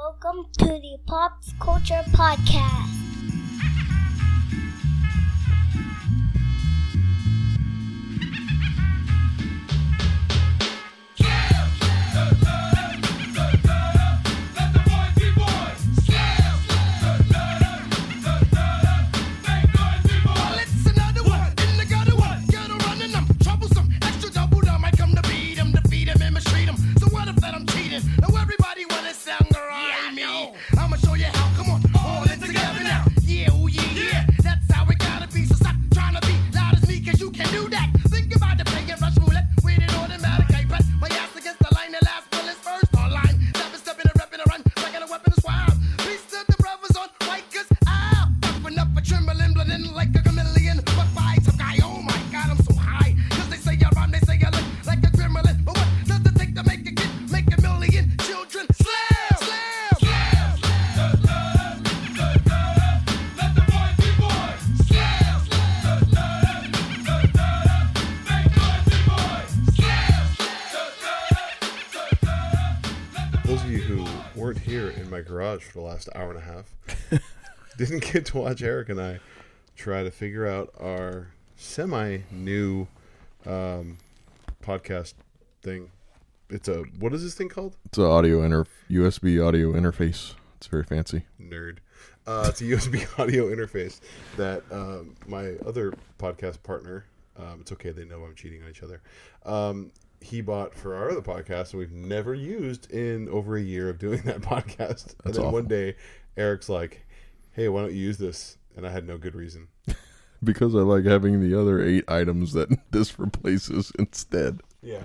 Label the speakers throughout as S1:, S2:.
S1: welcome to the Pop Culture Podcast.
S2: I'ma show you how, come on, hold it together now. Yeah, oh yeah, yeah, that's how it gotta be. So stop trying to be loud as me, cause you can do that. Think about the pay and rush roulette with an automatic. I press my ass against the line, the last bullet's first on line. Seven step in a rep and a run, like a weapon is wild. Peace to the brothers on Rikers Isle. Puffing up a trembling, blending like a chameleon. Fuck by some guy, oh my god, I'm so high. Cause they say I rhyme, they say I look like a gremlin. But what does it take to make a kid, make a million children? Slam, slam, slam.
S3: Those of you who weren't here in my garage for the last hour and a half didn't get to watch Eric and I try to figure out our semi new um, podcast thing. It's a what is this thing called?
S4: It's an audio inter USB audio interface. It's very fancy.
S3: Nerd. Uh, it's a USB audio interface that um, my other podcast partner. Um, it's okay, they know I'm cheating on each other. Um, he bought for our other podcast, and we've never used in over a year of doing that podcast. and
S4: That's
S3: then
S4: awful.
S3: one day, Eric's like, "Hey, why don't you use this?" And I had no good reason.
S4: Because I like having the other eight items that this replaces instead.
S3: Yeah,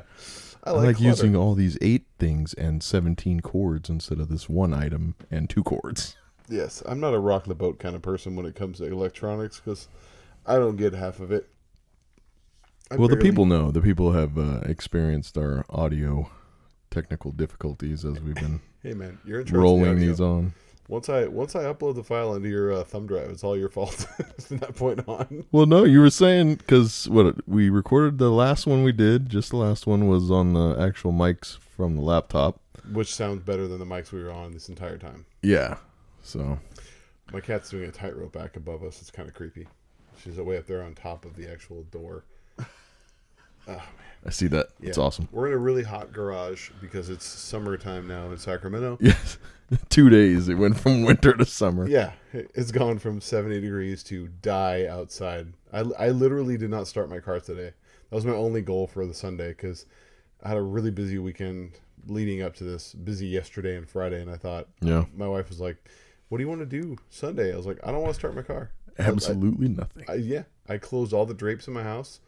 S3: I
S4: I
S3: like,
S4: like,
S3: clutter.
S4: using all these eight things and 17 chords instead of this one item and two chords.
S3: Yes, I'm not a rock the boat kind of person when it comes to electronics because I don't get half of it. I
S4: well, the
S3: barely-
S4: people know. The people have uh, experienced our audio technical difficulties as we've been
S3: Hey man, you're in charge of the
S4: rolling
S3: audio.
S4: these on.
S3: Once I once I upload the file into your uh, thumb drive, it's all your fault from that point on.
S4: Well, no, you were saying because what we recorded the last one we did, just the last one was on the actual mics from the laptop.
S3: Which sounds better than the mics we were on this entire time.
S4: Yeah. So
S3: My cat's doing a tightrope back above us. It's kind of creepy. She's way up there on top of the actual door.
S4: I see that. It's
S3: Yeah.
S4: awesome.
S3: We're in a really hot garage because it's summertime now in Sacramento.
S4: Yes. Two days. It went from winter to summer.
S3: Yeah, it- it's gone from 70 degrees to die outside. I, I literally did not start my car today. That was my only goal for the Sunday because I had a really busy weekend leading up to this, busy yesterday and Friday, and I thought,
S4: Yeah.
S3: my wife was like, "What do you want to do Sunday?" I was like, "I don't want to start my car."
S4: Absolutely nothing.
S3: I, yeah, I closed all the drapes in my house.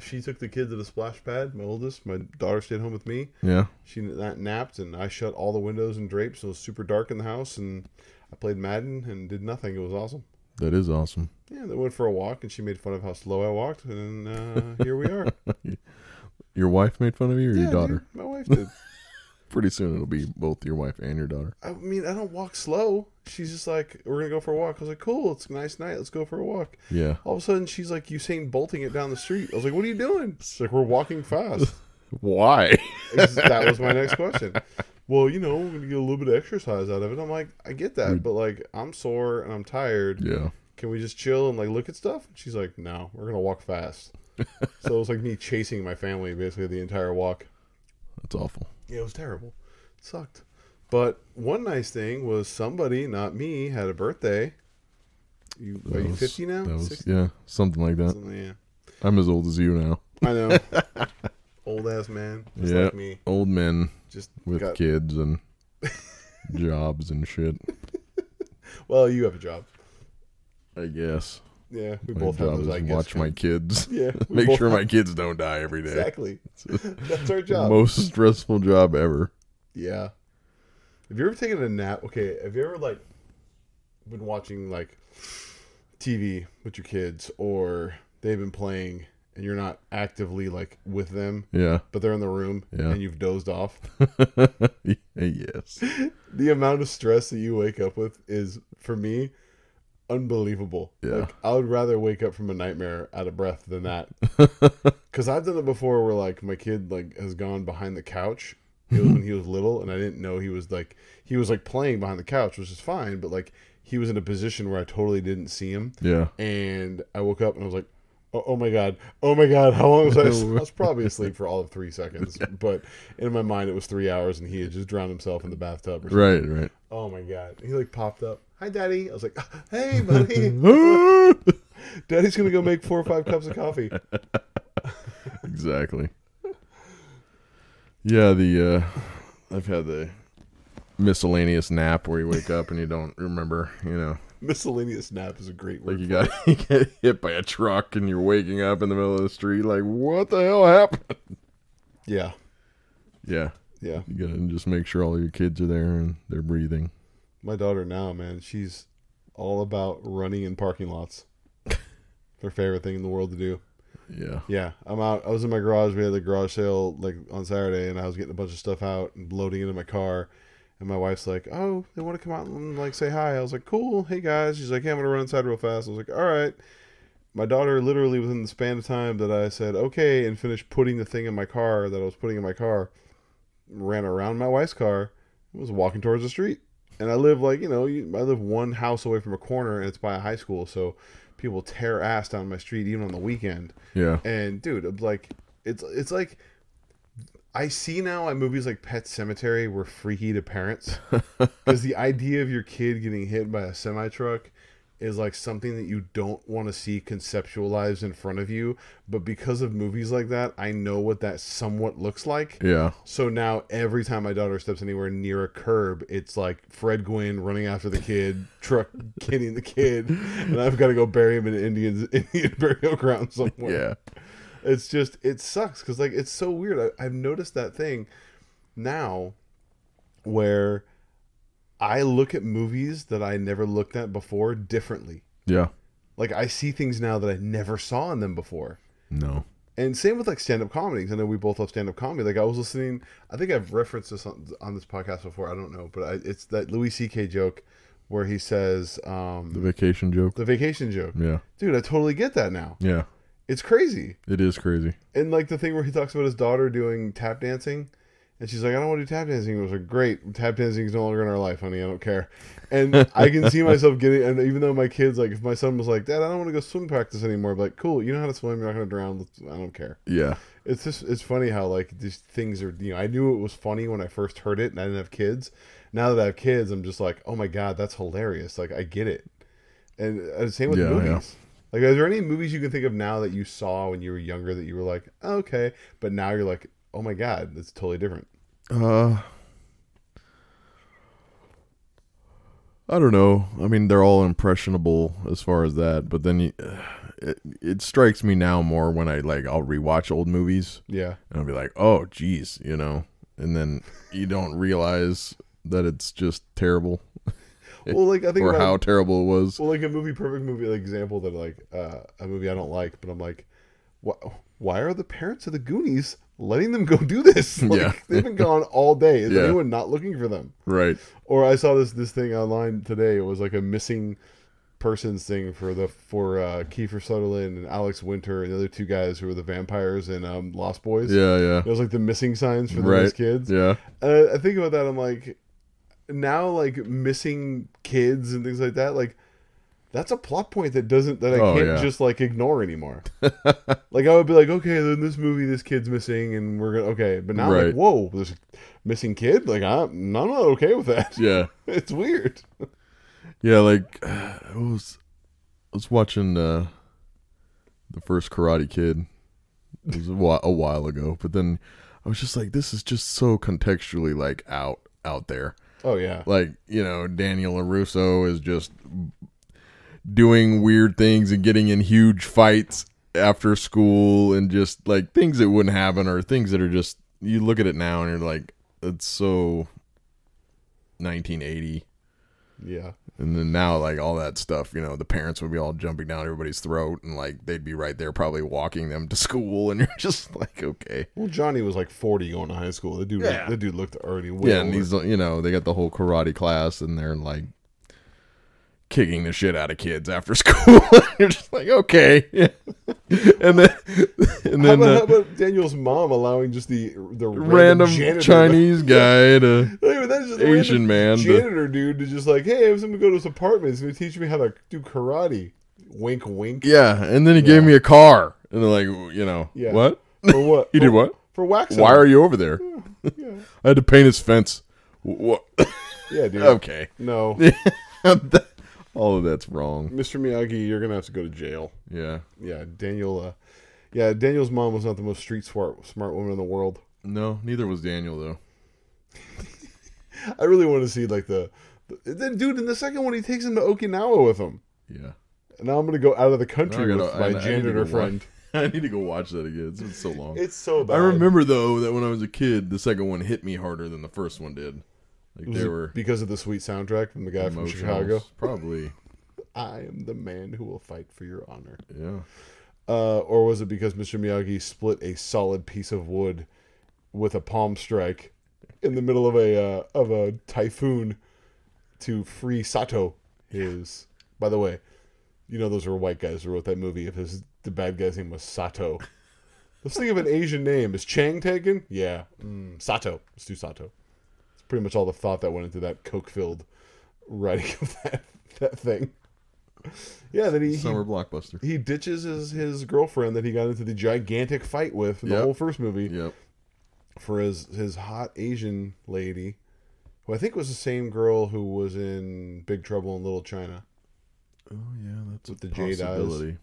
S3: She took the kids to the splash pad. My oldest, my daughter stayed home with me.
S4: Yeah.
S3: She na- napped, and I shut all the windows and drapes. So it was super dark in the house, and I played Madden and did nothing. It was awesome.
S4: That is awesome.
S3: Yeah, they went for a walk, and she made fun of how slow I walked, and uh, here we are.
S4: Your wife made fun of you or
S3: Yeah,
S4: your
S3: dude,
S4: daughter?
S3: my wife did.
S4: Pretty soon it'll be both your wife and your daughter.
S3: I mean, I don't walk slow. She's just like, "We're gonna go for a walk." I was like, "Cool, it's a nice night. Let's go for a walk."
S4: Yeah.
S3: All of a sudden, she's like Usain bolting it down the street. I was like, "What are you doing?" She's like, "We're walking fast."
S4: Why?
S3: Ex- that was my next question. Well, you know, we're gonna get a little bit of exercise out of it. I'm like, I get that, but like, I'm sore and I'm tired.
S4: Mm. yeah.
S3: Can we just chill and like look at stuff? She's like, "No, we're gonna walk fast." so it was like me chasing my family basically the entire walk.
S4: That's awful.
S3: Yeah, it was terrible. It sucked. But one nice thing was somebody, not me, had a birthday. You
S4: That
S3: are you
S4: was-
S3: fifty now?
S4: That was,
S3: 60?
S4: yeah. Something like that.
S3: Something, yeah.
S4: I'm as old as you now.
S3: I know. Old ass man, just
S4: yeah.
S3: like me,
S4: Old men
S3: just
S4: with
S3: got.
S4: kids and jobs and shit.
S3: Well, you have a job. I
S4: Yes.
S3: Yeah, we
S4: My
S3: both have
S4: job
S3: those.
S4: is
S3: I guess.
S4: watch my kids.
S3: Yeah, we
S4: Make
S3: both
S4: sure my kids don't die every day.
S3: exactly. That's our job.
S4: Most stressful job ever.
S3: Yeah. Have you ever taken a nap? Okay. Have you ever like been watching like TV with your kids, or they've been playing and you're not actively like with them,
S4: Yeah.
S3: but they're in the room
S4: Yeah.
S3: and you've dozed off?
S4: yes.
S3: the amount of stress that you wake up with is, for me, unbelievable.
S4: Yeah.
S3: Like, I would rather wake up from a nightmare out of breath than that. Because I've done it before where, like, my kid, like, has gone behind the couch It was when he was little, and I didn't know he was like he was like playing behind the couch, which is fine, but like he was in a position where I totally didn't see him.
S4: Yeah.
S3: And I woke up and I was like, oh, oh my god, oh my god, how long was I? asleep?" I was probably asleep for all of three seconds, but in my mind it was three hours, and he had just drowned himself in the bathtub. Or something.
S4: Right, right.
S3: Oh my god, he like popped up. Hi, daddy. I was like, hey, buddy. Daddy's gonna go make four or five cups of coffee.
S4: exactly. Yeah, the uh I've had the miscellaneous nap where you wake up and you don't remember, you know,
S3: Miscellaneous nap is a great
S4: like
S3: word.
S4: you got you get hit by a truck and you're waking up in the middle of the street like what the hell happened?
S3: yeah,
S4: Yeah.
S3: yeah.
S4: You got to just make sure all your kids are there and they're breathing.
S3: My daughter now, man, she's all about running in parking lots. It's Her favorite thing in the world to do.
S4: Yeah.
S3: Yeah, I'm out. I was in my garage. We had the garage sale like on Saturday, and I was getting a bunch of stuff out and loading it into my car. And my wife's like, "Oh, they want to come out and like say hi." I was like, "Cool, hey guys." She's like, "Hey, I'm gonna run inside real fast." I was like, "All right." My daughter literally within the span of time that I said okay and finished putting the thing in my car that I was putting in my car, ran around my wife's car, and was walking towards the street. And I live like you know, you, I live one house away from a corner, and it's by a high school, so people tear ass down my street even on the weekend.
S4: Yeah.
S3: And dude, I'm like it's it's like I see now at movies like Pet Cemetery were freaky to parents because the idea of your kid getting hit by a semi truck is like something that you don't want to see conceptualized in front of you. But because of movies like that, I know what that somewhat looks like.
S4: Yeah.
S3: So now every time my daughter steps anywhere near a curb, it's like Fred Gwynn running after the kid, truck hitting the kid, and I've got to go bury him in an Indian Indian burial ground somewhere
S4: Yeah.
S3: it's just it sucks because like it's so weird I, i've noticed that thing now where i look at movies that i never looked at before differently
S4: Yeah.
S3: like i see things now that i never saw in them before
S4: No.
S3: and same with like stand-up comedies i know we both love stand-up comedy like i was listening i think i've referenced this on, on this podcast before i don't know but I, it's that louis ck joke where he says
S4: The
S3: um,
S4: vacation joke.
S3: the vacation joke
S4: Yeah.
S3: dude i totally get that now
S4: Yeah.
S3: it's crazy
S4: It is crazy.
S3: and like the thing where he talks about his daughter doing tap dancing and she's like i don't want to do tap dancing it was like great tap dancing is no longer in our life honey i don't care and i can see myself getting and even though my kids like if my son was like dad i don't want to go swim practice anymore I'd be like cool you know how to swim you're not going to drown Let's- i don't care
S4: Yeah.
S3: it's just it's funny how like these things are you know i knew it was funny when i first heard it and i didn't have kids now that i have kids i'm just like oh my god that's hilarious like i get it and uh, same with
S4: Yeah,
S3: movies like are there any movies you can think of now that you saw when you were younger that you were like "Oh, okay but now you're like oh my god that's totally different
S4: Uh I don't know. I mean, they're all impressionable as far as that, but then you, it, it strikes me now more when I like I'll rewatch old movies
S3: yeah
S4: and I'll be like, "Oh, geez," you know, and then you don't realize that it's just terrible
S3: well like i think
S4: or
S3: about
S4: how terrible it was.
S3: well like a movie perfect movie like example that like uh, a movie i don't like but i'm like why, why are the parents of the goonies letting them go do this like,
S4: Yeah.
S3: they've been gone all day is
S4: Yeah.
S3: anyone not looking for them
S4: Right?
S3: or I saw this this thing online today. It was like a missing persons thing for the for uh, Kiefer Sutherland and Alex Winter and the other two guys who were the vampires in um, Lost Boys.
S4: Yeah, yeah.
S3: it was like the missing signs for
S4: right.
S3: those kids.
S4: Yeah.
S3: Uh, I think about that. I'm like, now like missing kids and things like that. Like, that's a plot point that doesn't that I
S4: Oh,
S3: can't
S4: yeah.
S3: just like ignore anymore. like I would be like, okay, then this movie, this kid's missing, and we're gonna okay. But now I'm
S4: Right.
S3: like, whoa, this missing kid. Like I'm, I'm not okay with that.
S4: Yeah.
S3: It's weird.
S4: Yeah, like I was I was watching uh, the first Karate Kid. It was a while, a while ago, but then I was just like, this is just so contextually like out out there.
S3: Oh yeah,
S4: Like you know, Daniel Larusso is just doing weird things and getting in huge fights after school and just like things that wouldn't happen or things that are just you look at it now and you're like, it's so 1980.
S3: yeah,
S4: And then now, like all that stuff, you know, the parents would be all jumping down everybody's throat, and like they'd be right there, probably walking them to school, and you're just like, okay,
S3: Well, Johnny was like forty going to high school. The dude,
S4: Yeah.
S3: the dude looked already way
S4: yeah. And
S3: older.
S4: these, you know, they got the whole karate class, and they're like kicking the shit out of kids after school. You're just like, okay, yeah. and then and
S3: How about,
S4: then uh,
S3: how about Daniel's mom allowing just the the random,
S4: random
S3: janitor-
S4: Chinese guy to
S3: Not even that, just a random
S4: Asian man to-
S3: janitor dude to just like, hey, I'm going to go to his apartment. He's going to teach me how to do karate. Wink, wink.
S4: yeah, and then he gave me a car, and they're like, you know,
S3: Yeah.
S4: what?
S3: For what?
S4: He
S3: for,
S4: did what?
S3: For waxing.
S4: Why are you over there?
S3: Yeah.
S4: I had to paint his fence. What?
S3: Yeah, dude.
S4: okay,
S3: No,
S4: all of that's wrong.
S3: Mr. Miyagi, you're gonna have to go to jail.
S4: Yeah,
S3: Yeah, Daniel. Uh, yeah, Daniel's mom was not the most street smart smart woman in the world.
S4: no, neither was Daniel though.
S3: I really want to see like the, the then dude in the second one he takes him to Okinawa with him.
S4: Yeah.
S3: And now I'm gonna go out of the
S4: Now I
S3: country
S4: gotta-
S3: with
S4: I-
S3: my
S4: I need to go
S3: janitor
S4: watch-
S3: friend.
S4: I need to go watch that again. It's been so long.
S3: It's so bad.
S4: I remember though that when I was a kid, the second one hit me harder than the first one did. Like
S3: Was
S4: they
S3: it
S4: were
S3: because of the sweet soundtrack from the guy from
S4: emotions,
S3: Chicago.
S4: probably.
S3: I am the man who will fight for your honor.
S4: Yeah,
S3: Uh, or was it because Mr. Miyagi split a solid piece of wood with a palm strike in the middle of a uh, of a typhoon to free Sato? His, by the way, you know those were white guys who wrote that movie. If his the bad guy's name was Sato, let's think of an Asian name. Is Chang taken? Yeah, mm, Sato. Let's do Sato. It's pretty much all the thought that went into that coke-filled writing of that that thing. Yeah, that he, he
S4: summer blockbuster.
S3: he ditches his, his girlfriend that he got into the gigantic fight with in the
S4: Yep.
S3: whole first movie
S4: Yep.
S3: for his his hot Asian lady, who I think was the same girl who was in Big Trouble in Little China.
S4: Oh yeah, that's
S3: With
S4: a
S3: the jade eyes.
S4: possibility.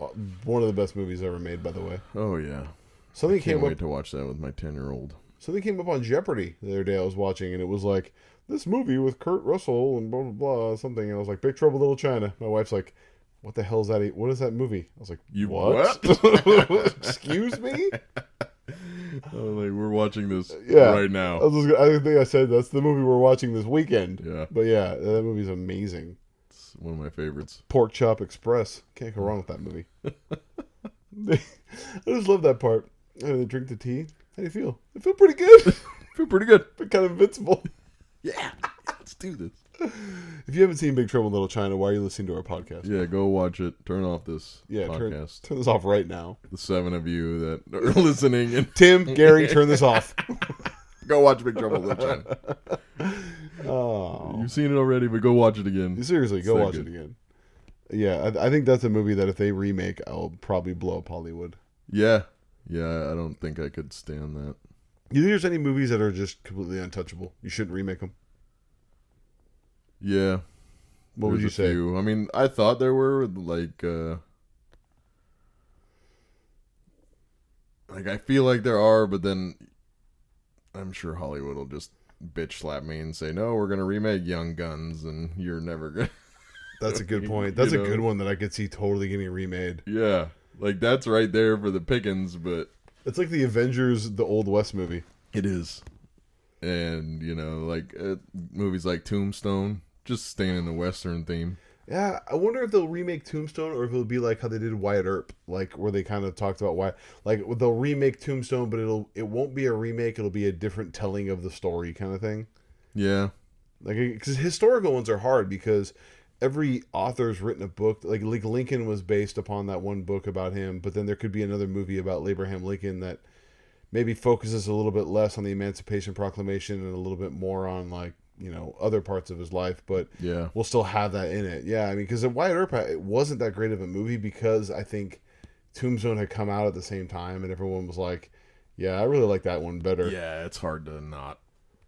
S3: Uh, One of the best movies ever made, by the way.
S4: Oh yeah,
S3: Something
S4: can't
S3: came
S4: wait
S3: up.
S4: to watch that with my ten year old.
S3: Something came up on Jeopardy the other day. I was watching, and it was like this movie with Kurt Russell and blah blah blah something. And I was like Big Trouble in Little China. My wife's like. What the hell is that? e-, What is that movie? I was like,
S4: You
S3: what? Excuse me?
S4: Oh, like we're watching this
S3: Yeah.
S4: right
S3: I,
S4: now.
S3: was just, gonna- I think I said that's the movie we're watching this weekend.
S4: Yeah.
S3: But yeah, that movie's amazing.
S4: It's one of my favorites.
S3: Pork Chop Express. Can't go wrong with that movie. I just love that part. I they drink the tea. How do you feel? I feel pretty good.
S4: Feel pretty good.
S3: I'm kind of invincible.
S4: Yeah, let's do this.
S3: If you haven't seen Big Trouble in Little China, why are you listening to our podcast?
S4: Yeah, go watch it. Turn off this
S3: Yeah, turn,
S4: podcast.
S3: turn this off right now.
S4: The seven of you that are listening and
S3: Tim, Gary, turn this off.
S4: go watch Big Trouble in Little China.
S3: Oh.
S4: You've seen it already, but go watch it again.
S3: Seriously, go
S4: that
S3: watch
S4: good.
S3: it again. Yeah, I, I think that's a movie that if they remake, I'll probably blow up Hollywood.
S4: Yeah. Yeah, I don't think I could stand that.
S3: You think there's any movies that are just completely untouchable? You shouldn't remake them.
S4: Yeah.
S3: What would
S4: there's
S3: you
S4: a
S3: say?
S4: few. I mean, I thought there were like uh like I feel like there are, but then I'm sure Hollywood will just bitch slap me and say, "No, we're going to remake Young Guns and you're never going to
S3: That's a good
S4: You-
S3: point. That's
S4: you
S3: a
S4: know.
S3: good one that I could see totally getting remade.
S4: Yeah. Like that's right there for the pickings, but
S3: It's like the Avengers, the Old West movie.
S4: It is. And, you know, like uh, movies like Tombstone, just staying in the Western theme.
S3: Yeah, I wonder if they'll remake Tombstone or if it'll be like how they did Wyatt Earp, like where they kind of talked about why, like they'll remake Tombstone, but it'll it won't be a remake. It'll be a different telling of the story, kind of thing.
S4: Yeah.
S3: like because historical ones are hard because every author's written a book like like lincoln was based upon that one book about him but then there could be another movie about abraham lincoln that maybe focuses a little bit less on the emancipation proclamation and a little bit more on like you know other parts of his life but
S4: Yeah.
S3: we'll still have that in it yeah i mean because wyatt earp it wasn't that great of a movie because i think tombstone had come out at the same time and everyone was like yeah i really like that one better
S4: Yeah, it's hard to not.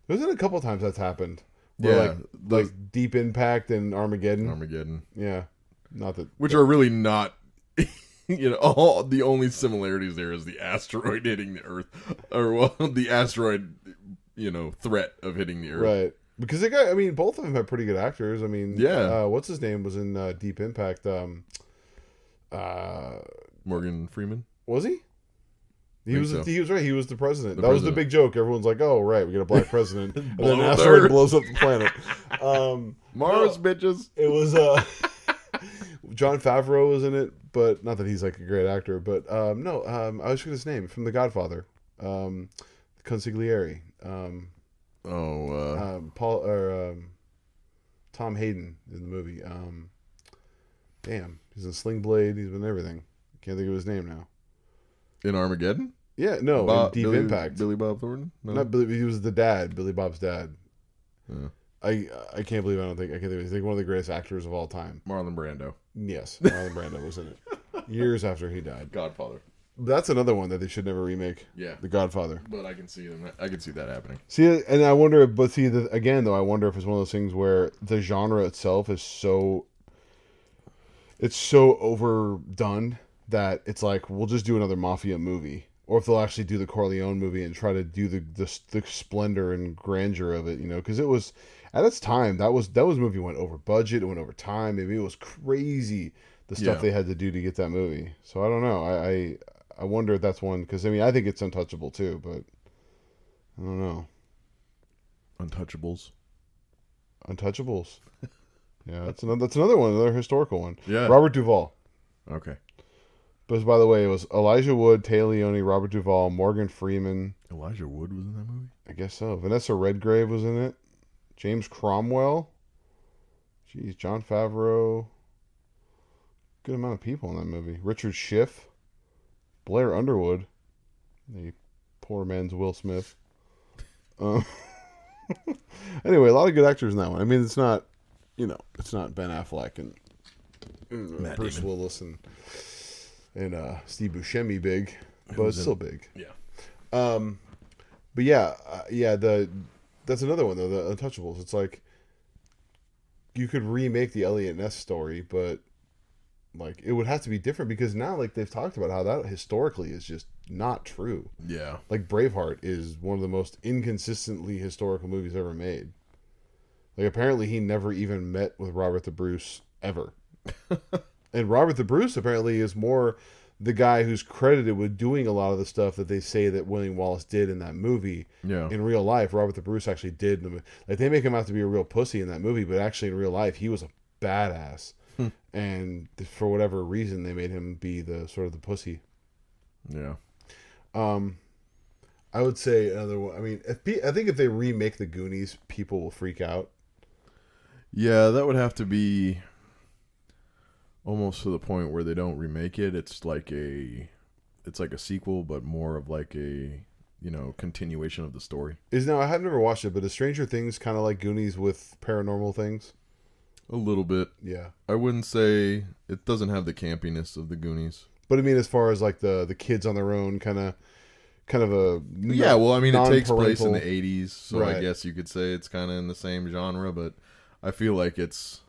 S3: there's been a couple times that's happened. Where
S4: Yeah,
S3: like
S4: those-
S3: like Deep Impact and Armageddon.
S4: Armageddon,
S3: yeah, not that.
S4: which are really not. You know, all the only similarities there is the asteroid hitting the Earth, or well, the asteroid, you know, threat of hitting the Earth.
S3: right because they got. I mean, both of them have pretty good actors. I mean,
S4: Yeah.
S3: Uh, what's his name was in uh, Deep Impact. Um, uh,
S4: Morgan Freeman.
S3: was he? He
S4: Think
S3: was.
S4: so.
S3: He was right. He was the president.
S4: The
S3: that was the
S4: president.
S3: big joke. Everyone's like, "Oh, right, we got a black president," and
S4: Blow
S3: then an
S4: up the
S3: asteroid
S4: Earth.
S3: blows up the planet. Um,
S4: Mars, bitches.
S3: it was uh John Favreau was in it, but not that he's like a great actor, but um no, um I was forget his name from The Godfather. Um Consigliere. Um
S4: Oh, uh,
S3: um Paul or um Tom Hayden in the movie. Um, damn, he's in Sling Blade. He's been in everything. Can't think of his name now.
S4: in Armageddon.
S3: Yeah, no, in
S4: Bob-
S3: Deep
S4: Billy,
S3: Impact.
S4: Billy Bob Thornton. No.
S3: Not Billy. He was the dad, Billy Bob's dad.
S4: Yeah.
S3: I I can't believe I don't think I can't think. He's like one of the greatest actors of all time.
S4: Marlon Brando,
S3: Yes, Marlon Brando was in it years after he died.
S4: Godfather.
S3: That's another one that they should never remake.
S4: Yeah.
S3: The Godfather.
S4: But I can see them. I can see that happening.
S3: See, and I wonder, but see, the, again, though, I wonder if it's one of those things where the genre itself is so, it's so overdone that it's like we'll just do another mafia movie, or if they'll actually do the Corleone movie and try to do the the, the splendor and grandeur of it, you know, because it was at its time that was that was a movie went over budget, it went over time, maybe it was crazy the stuff
S4: Yeah.
S3: they had to do to get that movie. So I don't know, I I, I wonder if that's one because I mean I think it's untouchable too, but I don't know.
S4: Untouchables.
S3: Untouchables. Yeah, that's another that's another one, another historical one.
S4: Yeah.
S3: Robert Duvall.
S4: Okay.
S3: But by the way, it was Elijah Wood, Tay Leone, Robert Duvall, Morgan Freeman.
S4: Elijah Wood was in that movie.
S3: I guess so. Vanessa Redgrave was in it. James Cromwell. Jeez, John Favreau. Good amount of people in that movie. Richard Schiff. Blair Underwood. The poor man's Will Smith. Um, anyway, a lot of good actors in that one. I mean, it's not, you know, it's not Ben Affleck and mm,
S4: Matt
S3: Bruce
S4: Damon.
S3: Willis and, and uh, Steve Buscemi big, but
S4: was
S3: it's
S4: in-
S3: still big.
S4: Yeah.
S3: Um, but yeah, uh, yeah, the that's another one though, the Untouchables. It's like you could remake the Elliot Ness story, but like it would have to be different because now like they've talked about how that historically is just not true.
S4: Yeah.
S3: Like Braveheart is one of the most inconsistently historical movies ever made. Like apparently he never even met with Robert the Bruce ever. and Robert the Bruce apparently is more the guy who's credited with doing a lot of the stuff that they say that William Wallace did in that movie.
S4: Yeah.
S3: In real life, Robert the Bruce actually did. the mo- Like they make him out to be a real pussy in that movie, but actually in real life he was a badass. And th- for whatever reason, they made him be the sort of the pussy.
S4: Yeah.
S3: Um, I would say another one. I mean, if pe- I think if they remake the Goonies, people will freak out.
S4: Yeah, that would have to be almost to the point where they don't remake it. It's like a it's like a sequel but more of like a, you know, continuation of the story.
S3: Is now I have never watched it, but is Stranger Things kind of like Goonies with paranormal things?
S4: A little bit.
S3: Yeah,
S4: I wouldn't say it doesn't have the campiness of the Goonies.
S3: but I mean, as far as like the the kids on their own, kind of, kind of a
S4: Yeah, well, I mean, it takes place in the
S3: non-parental-
S4: 80s, so I
S3: Right.
S4: guess you could say it's kind of in the same genre, but I feel like it's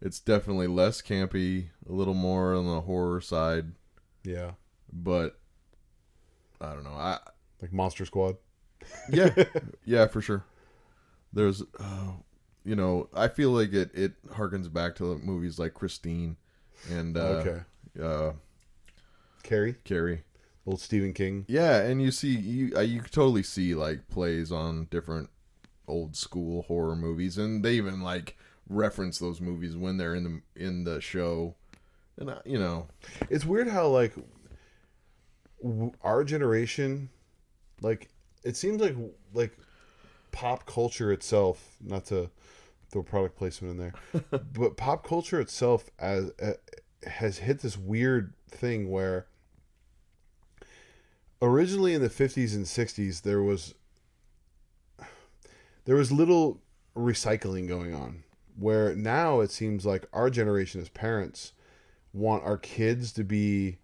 S4: it's definitely less campy, a little more on the horror side,
S3: yeah,
S4: but I don't know. I
S3: like Monster Squad.
S4: yeah yeah for sure there's uh, you know i feel like it it harkens back to movies like christine and uh,
S3: okay,
S4: uh
S3: Carrie,
S4: carrie
S3: old Stephen King.
S4: yeah and you see you uh, you could totally see like plays on different old school horror movies and they even like reference those movies when they're in the in the show and I, you know
S3: It's weird how like w- our generation, like it seems like like pop culture itself. Not to throw product placement in there, but pop culture itself as uh, has hit this weird thing where originally in the 50s and 60s there was there was little recycling going on where now it seems like our generation as parents want our kids to be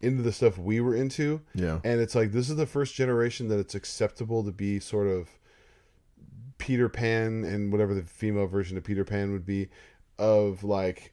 S3: into the stuff we were into
S4: yeah
S3: and it's like this is the first generation that it's acceptable to be sort of Peter Pan and whatever the female version of Peter Pan would be of like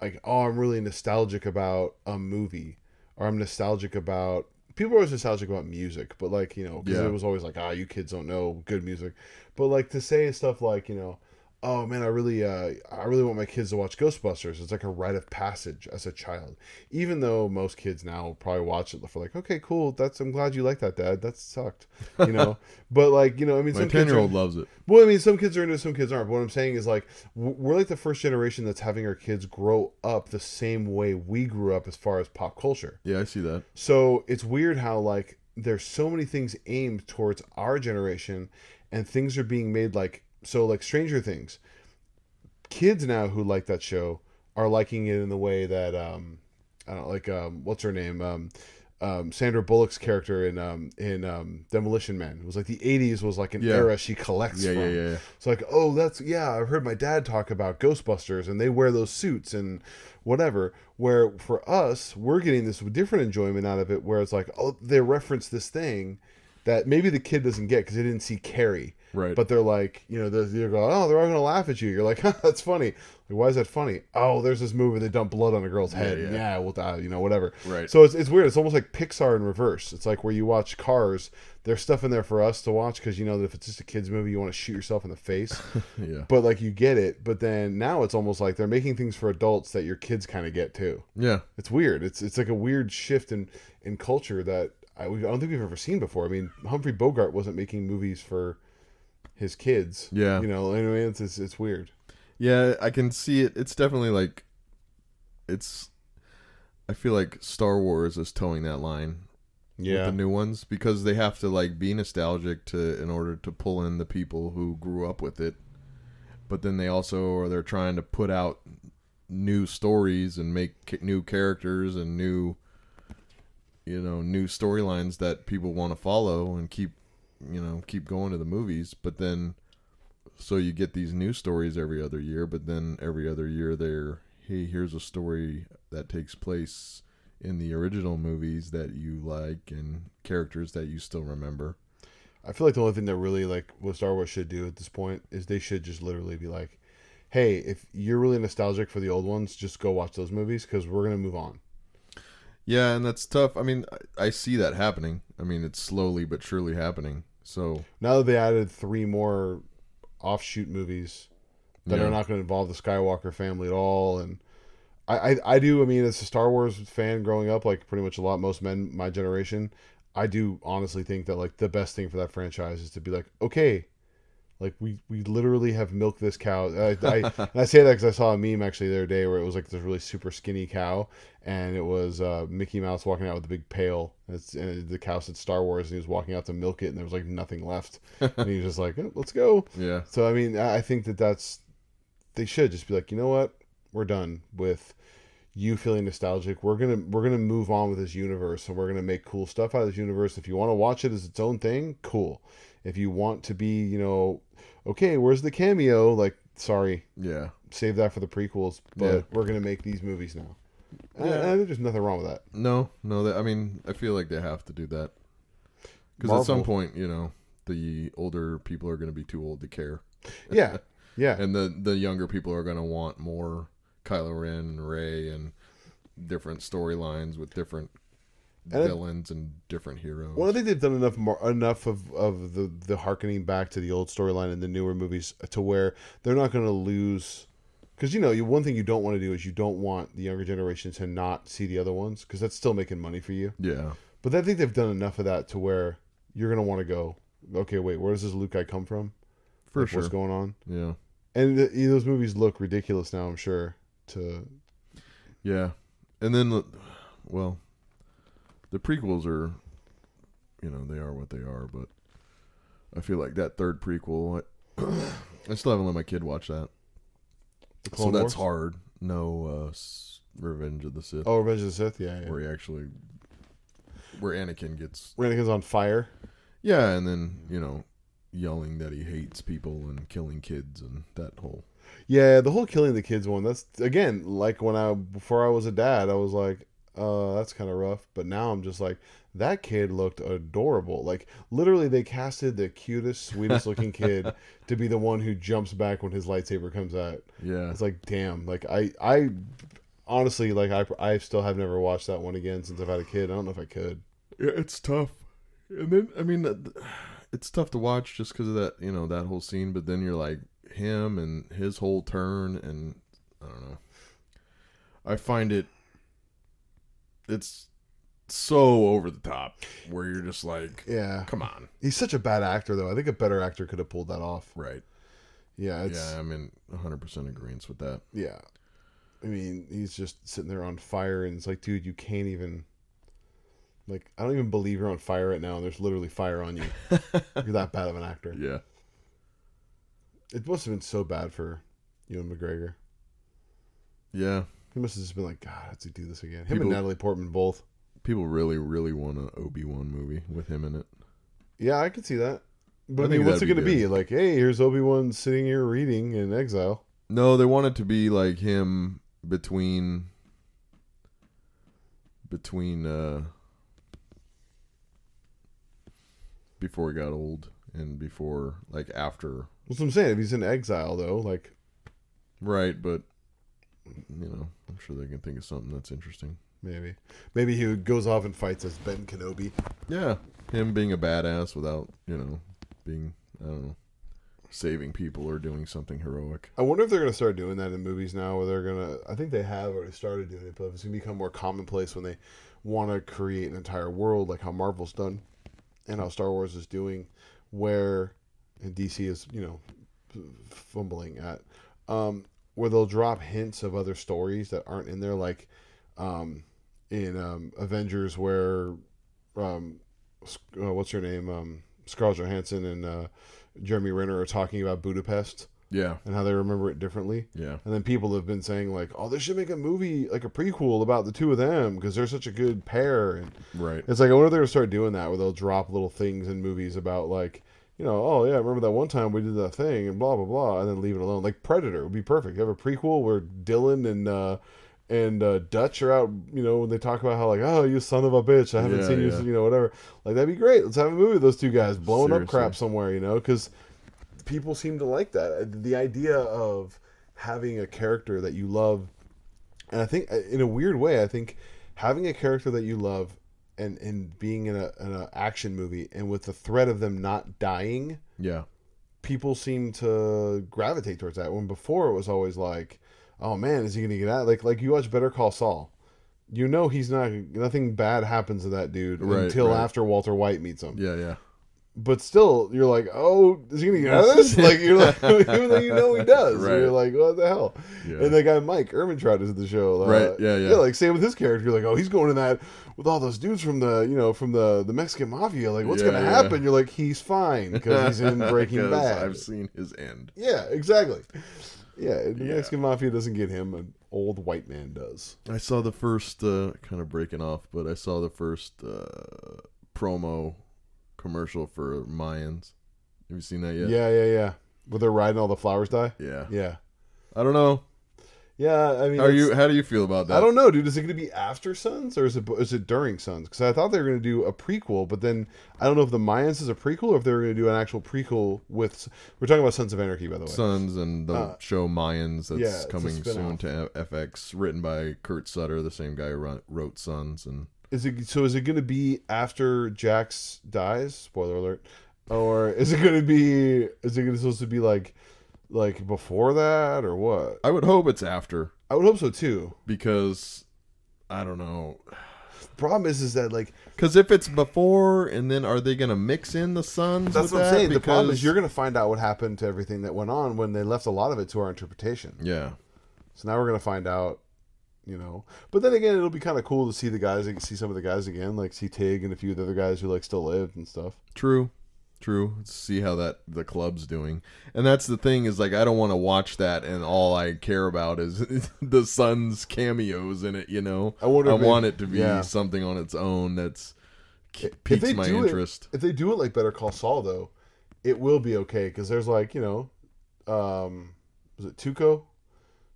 S3: like oh I'm really nostalgic about a movie or I'm nostalgic about people are always nostalgic about music but like you know because
S4: Yeah.
S3: it was always like ah you kids don't know good music but like to say stuff like you know oh man I really uh I really want my kids to watch Ghostbusters it's like a rite of passage as a child even though most kids now probably watch it for like okay cool that's I'm glad you like that dad that sucked you know but like you know I mean
S4: my
S3: some kids are-
S4: 10 year old loves it
S3: well, I mean, some kids are into it, some kids aren't. But what I'm saying is, like, w- we're like the first generation that's having our kids grow up the same way we grew up as far as pop culture.
S4: yeah i see that
S3: So it's weird how, like, there's so many things aimed towards our generation and things are being made, like, so, like, Stranger Things. kids now who like that show are liking it in the way that um, I don't like um, what's her name um, um, Sandra Bullock's character in um, in um, Demolition Man it was like the '80s was like an
S4: Yeah.
S3: era she collects
S4: Yeah,
S3: from.
S4: yeah, yeah, yeah.
S3: It's like oh that's yeah I've heard my dad talk about Ghostbusters and they wear those suits and whatever. Where for us we're getting this different enjoyment out of it where it's like oh they reference this thing that maybe the kid doesn't get because they didn't see Carrie.
S4: Right.
S3: But they're like, you know, they're, they're going, oh, they're all going to laugh at you. You're like, that's funny. Like, why is that funny? Oh, there's this movie they dump blood on a girl's head. Yeah,
S4: yeah.
S3: well, uh, you know, whatever.
S4: Right.
S3: So it's, it's weird. It's almost like Pixar in reverse. It's like where you watch Cars. There's stuff in there for us to watch because you know that if it's just a kids movie, you want to shoot yourself in the face.
S4: Yeah.
S3: But like you get it. But then now it's almost like they're making things for adults that your kids kind of get too.
S4: Yeah.
S3: It's weird. It's it's like a weird shift in in culture that I, we- I don't think we've ever seen before. I mean, Humphrey Bogart wasn't making movies for his kids.
S4: Yeah.
S3: you know. Anyway, it's it's, it's weird.
S4: Yeah, I can see it. It's definitely like it's I feel like Star Wars is towing that line
S3: Yeah,
S4: with the new ones because they have to like be nostalgic to in order to pull in the people who grew up with it. But then they also are they're trying to put out new stories and make ca- new characters and new you know, new storylines that people want to follow and keep you know, keep going to the movies, but then so you get these new stories every other year, but then every other year they're hey, here's a story that takes place in the original movies that you like and characters that you still remember.
S3: I feel like the only thing that really like what Star Wars should do at this point is they should just literally be like, "Hey, if you're really nostalgic for the old ones, just go watch those movies because we're gonna move on."
S4: Yeah, and that's tough. I mean, I- I see that happening. I mean, it's slowly but surely happening. So,
S3: Now that they added three more offshoot movies that
S4: Yeah.
S3: are not going to involve the Skywalker family at all, and I, I, I do. I mean, as a Star Wars fan growing up, like pretty much a lot most men my generation, I do honestly think that like the best thing for that franchise is to be like, okay, like we we literally have milked this cow. I, I, and I say that because I saw a meme actually the other day where it was like this really super skinny cow, and it was uh, Mickey Mouse walking out with a big pail. And, it's, and the cow said Star Wars, and he was walking out to milk it, and there was like nothing left, and he was just like, "Eh, let's go.
S4: yeah.
S3: So I mean, I I think that that's they should just be like, you know what, we're done with you feeling nostalgic. We're gonna we're gonna move on with this universe, and we're gonna make cool stuff out of this universe. If you want to watch it as its own thing, cool. If you want to be, you know, okay, where's the cameo? Like, sorry,
S4: Yeah.
S3: save that for the prequels. But
S4: Yeah.
S3: we're gonna make these movies now. And-
S4: Yeah.
S3: and I think there's nothing wrong with that.
S4: No, no, that I mean, I feel like they have to do that. Cuz at some
S3: Marvel.
S4: point, you know, the older people are going to be too old to care.
S3: Yeah, yeah.
S4: and the the younger people are going to want more Kylo Ren and Ray and different storylines with different
S3: I-
S4: villains and different heroes.
S3: Well, I think they've done enough more, enough of, of the the harkening back to the old storyline in the newer movies to where they're not going to lose. Because you know, you one thing you don't want to do is you don't want the younger generation to not see the other ones because that's still making money for you.
S4: yeah,
S3: But I think they've done enough of that to where you're going to want to go. Okay, wait, where does this Luke guy come from?
S4: for
S3: Like,
S4: sure.
S3: What's going on?
S4: yeah,
S3: And the, you know, those movies look ridiculous now. I'm sure. To
S4: yeah, and then, the- well, the prequels are, you know, they are what they are. But I feel like that third prequel, I, I still haven't let my kid watch that,
S3: the
S4: so
S3: Clone
S4: that's
S3: Wars?
S4: hard. No, uh, S- Revenge of the Sith,
S3: Oh, Revenge of the Sith. Yeah, yeah.
S4: where he actually, where Anakin gets
S3: Anakin's on fire.
S4: Yeah, and then you know, yelling that he hates people and killing kids and that whole.
S3: Yeah, the whole killing the kids one. That's again like when I before I was a dad, I was like, "Uh, that's kind of rough." But now I'm just like, that kid looked adorable. Like literally, they casted the cutest, sweetest looking kid to be the one who jumps back when his lightsaber comes out.
S4: Yeah,
S3: It's like, damn. Like I, I honestly, like I, I still have never watched that one again since I've had a kid. I don't know if I could.
S4: it's tough. And then I mean, uh, th- it's tough to watch just because of that you know that whole scene. But then you're like him and his whole turn, and I don't know. I find it. It's so over the top where you're just like,
S3: Yeah,
S4: come on,
S3: he's such a bad actor though. I think a better actor could have pulled that off.
S4: right?
S3: Yeah, it's,
S4: yeah, I'm in 100 percent agreement with that.
S3: Yeah. I mean, he's just sitting there on fire, and it's like, dude, you can't even. Like, I don't even believe you're on fire right now, and there's literally fire on you. you're that bad of an actor.
S4: Yeah,
S3: It must have been so bad for Ewan McGregor.
S4: Yeah.
S3: He must have just been like, God, I have to do this again. Him
S4: People-
S3: and Natalie Portman both.
S4: People really, really want an Obi Wan movie with him in it.
S3: Yeah, I could see that. But I,
S4: I
S3: mean,
S4: think
S3: what's it
S4: that'd
S3: going to
S4: be
S3: be?
S4: good.
S3: Like, hey, here's Obi Wan sitting here reading in exile.
S4: No, they want it to be like him between between uh before he got old and before like after
S3: That's what I'm saying. If he's in exile, though, like,
S4: right, but you know, I'm sure they can think of something that's interesting.
S3: maybe. Maybe he goes off and fights as Ben Kenobi.
S4: Yeah, him being a badass without, you know, being I don't know, saving people or doing something heroic.
S3: I wonder if they're going to start doing that in movies now, where they're going to. I think they have already started doing it, but it's going to become more commonplace when they want to create an entire world, like how Marvel's done and how Star Wars is doing, where and DC is, you know, f- fumbling at, um, where they'll drop hints of other stories that aren't in there, like um, in um, Avengers, where um, S- uh, what's her name, um, Scarlett Johansson and uh, Jeremy Renner are talking about Budapest
S4: Yeah.
S3: and how they remember it differently.
S4: Yeah.
S3: And then people have been saying like, "Oh, they should make a movie like a prequel about the two of them because they're such a good pair." And
S4: Right.
S3: it's like I wonder if they're gonna start doing that where they'll drop little things in movies about like, you know, oh yeah, remember that one time we did that thing and blah blah blah, and then leave it alone. Like Predator would be perfect. Have a prequel where Dylan and uh, and uh, Dutch are out. You know, when they talk about how like, oh, you son of a bitch, I haven't
S4: Yeah,
S3: seen you.
S4: yeah.
S3: You know, whatever. Like that'd be great. Let's have a movie with those two guys blowing up crap
S4: Seriously.
S3: somewhere. You know, because people seem to like that. Uh, The idea of having a character that you love, and I think uh, in a weird way, I think having a character that you love and and being in a in an action movie and with the threat of them not dying,
S4: Yeah.
S3: people seem to gravitate towards that. When before it was always like, oh man, is he going to get out? Like like you watch Better Call Saul. You know he's not. Nothing bad happens to that dude
S4: Right,
S3: until
S4: right.
S3: after Walter White meets him
S4: Yeah, yeah.
S3: but still, you're like, oh, is he gonna get out of this? Like you're like, even though you know he does,
S4: Right.
S3: you're like, what the hell?
S4: Yeah.
S3: And that guy Mike Ermintrout is in the show, uh,
S4: Right, yeah, yeah.
S3: yeah. Like same with his character, you're like, oh, he's going in that with all those dudes from the, you know, from the the Mexican mafia. Like, what's
S4: Yeah,
S3: gonna
S4: yeah.
S3: happen? You're like, he's fine because he's in Breaking
S4: 'Cause
S3: Bad.
S4: I've seen his end.
S3: Yeah, exactly. Yeah, and the
S4: Yeah.
S3: Mexican mafia doesn't get him. An old white man does.
S4: I saw the first uh, kind of breaking off, but I saw the first uh, promo commercial for Mayans. Have you seen that
S3: Yeah,
S4: yet?
S3: yeah, yeah. Where they're riding, all the flowers die.
S4: Yeah.
S3: Yeah,
S4: I don't know.
S3: yeah. I mean,
S4: How are
S3: it's-
S4: you? How do you feel about that?
S3: I don't know, dude. Is it going to be after Suns or is it is it during Suns? Because I thought they were going to do a prequel, but then I don't know if the Mayans is a prequel or if they were going to do an actual prequel with. We're talking about Sons of Anarchy, by the way.
S4: Sons and the
S3: Uh,
S4: show Mayans that's
S3: yeah, it's a
S4: coming
S3: spin-off.
S4: soon to F- FX, written by Kurt Sutter, the same guy who wrote- wrote Sons and
S3: Is it so? Is it going to be after Jax dies? Spoiler alert. Or is it going to be? Is it gonna, supposed to be like, like before that or what?
S4: I would hope it's after
S3: I would hope so too.
S4: because I don't know.
S3: Problem is, is that like
S4: Because if it's before, and then are they going to mix in the Sons?
S3: that's
S4: with
S3: what I'm
S4: that?
S3: saying. The problem
S4: Because-
S3: is you're going to find out what happened to everything that went on when they left a lot of it to our interpretation.
S4: Yeah.
S3: So now we're gonna find out, you know. But then again, it'll be kind of cool to see the guys, see some of the guys again, like see Tig and a few of the other guys who like still lived and stuff.
S4: True. True. Let's see how that the club's doing. And that's the thing is like I don't want to watch that and all I care about is the sun's cameos in it, you know.
S3: I wonder if they-
S4: want it to be
S3: yeah.
S4: something on its own that's k-
S3: If
S4: piques my
S3: do
S4: interest.
S3: It, if they do it like Better Call Saul, though, it will be okay because there's like you know, um, was it Tuco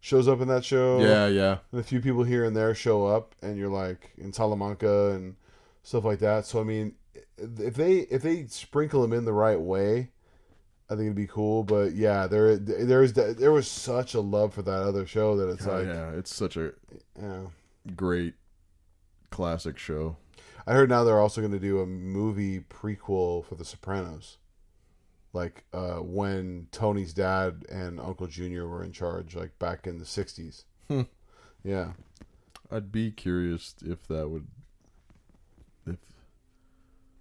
S3: shows up in that show?
S4: Yeah, yeah.
S3: and a few people here and there show up, and you're like in Salamanca and stuff like that. So I mean, if they if they sprinkle them in the right way, I think it'd be cool. But yeah, there there is there was such a love for that other show that it's
S4: Oh,
S3: like, yeah.
S4: yeah, it's such a great classic show.
S3: I heard now they're also going to do a movie prequel for The Sopranos, like uh, when Tony's dad and Uncle Junior were in charge, like back in the '60s.
S4: Hmm.
S3: Yeah.
S4: I'd be curious if that would if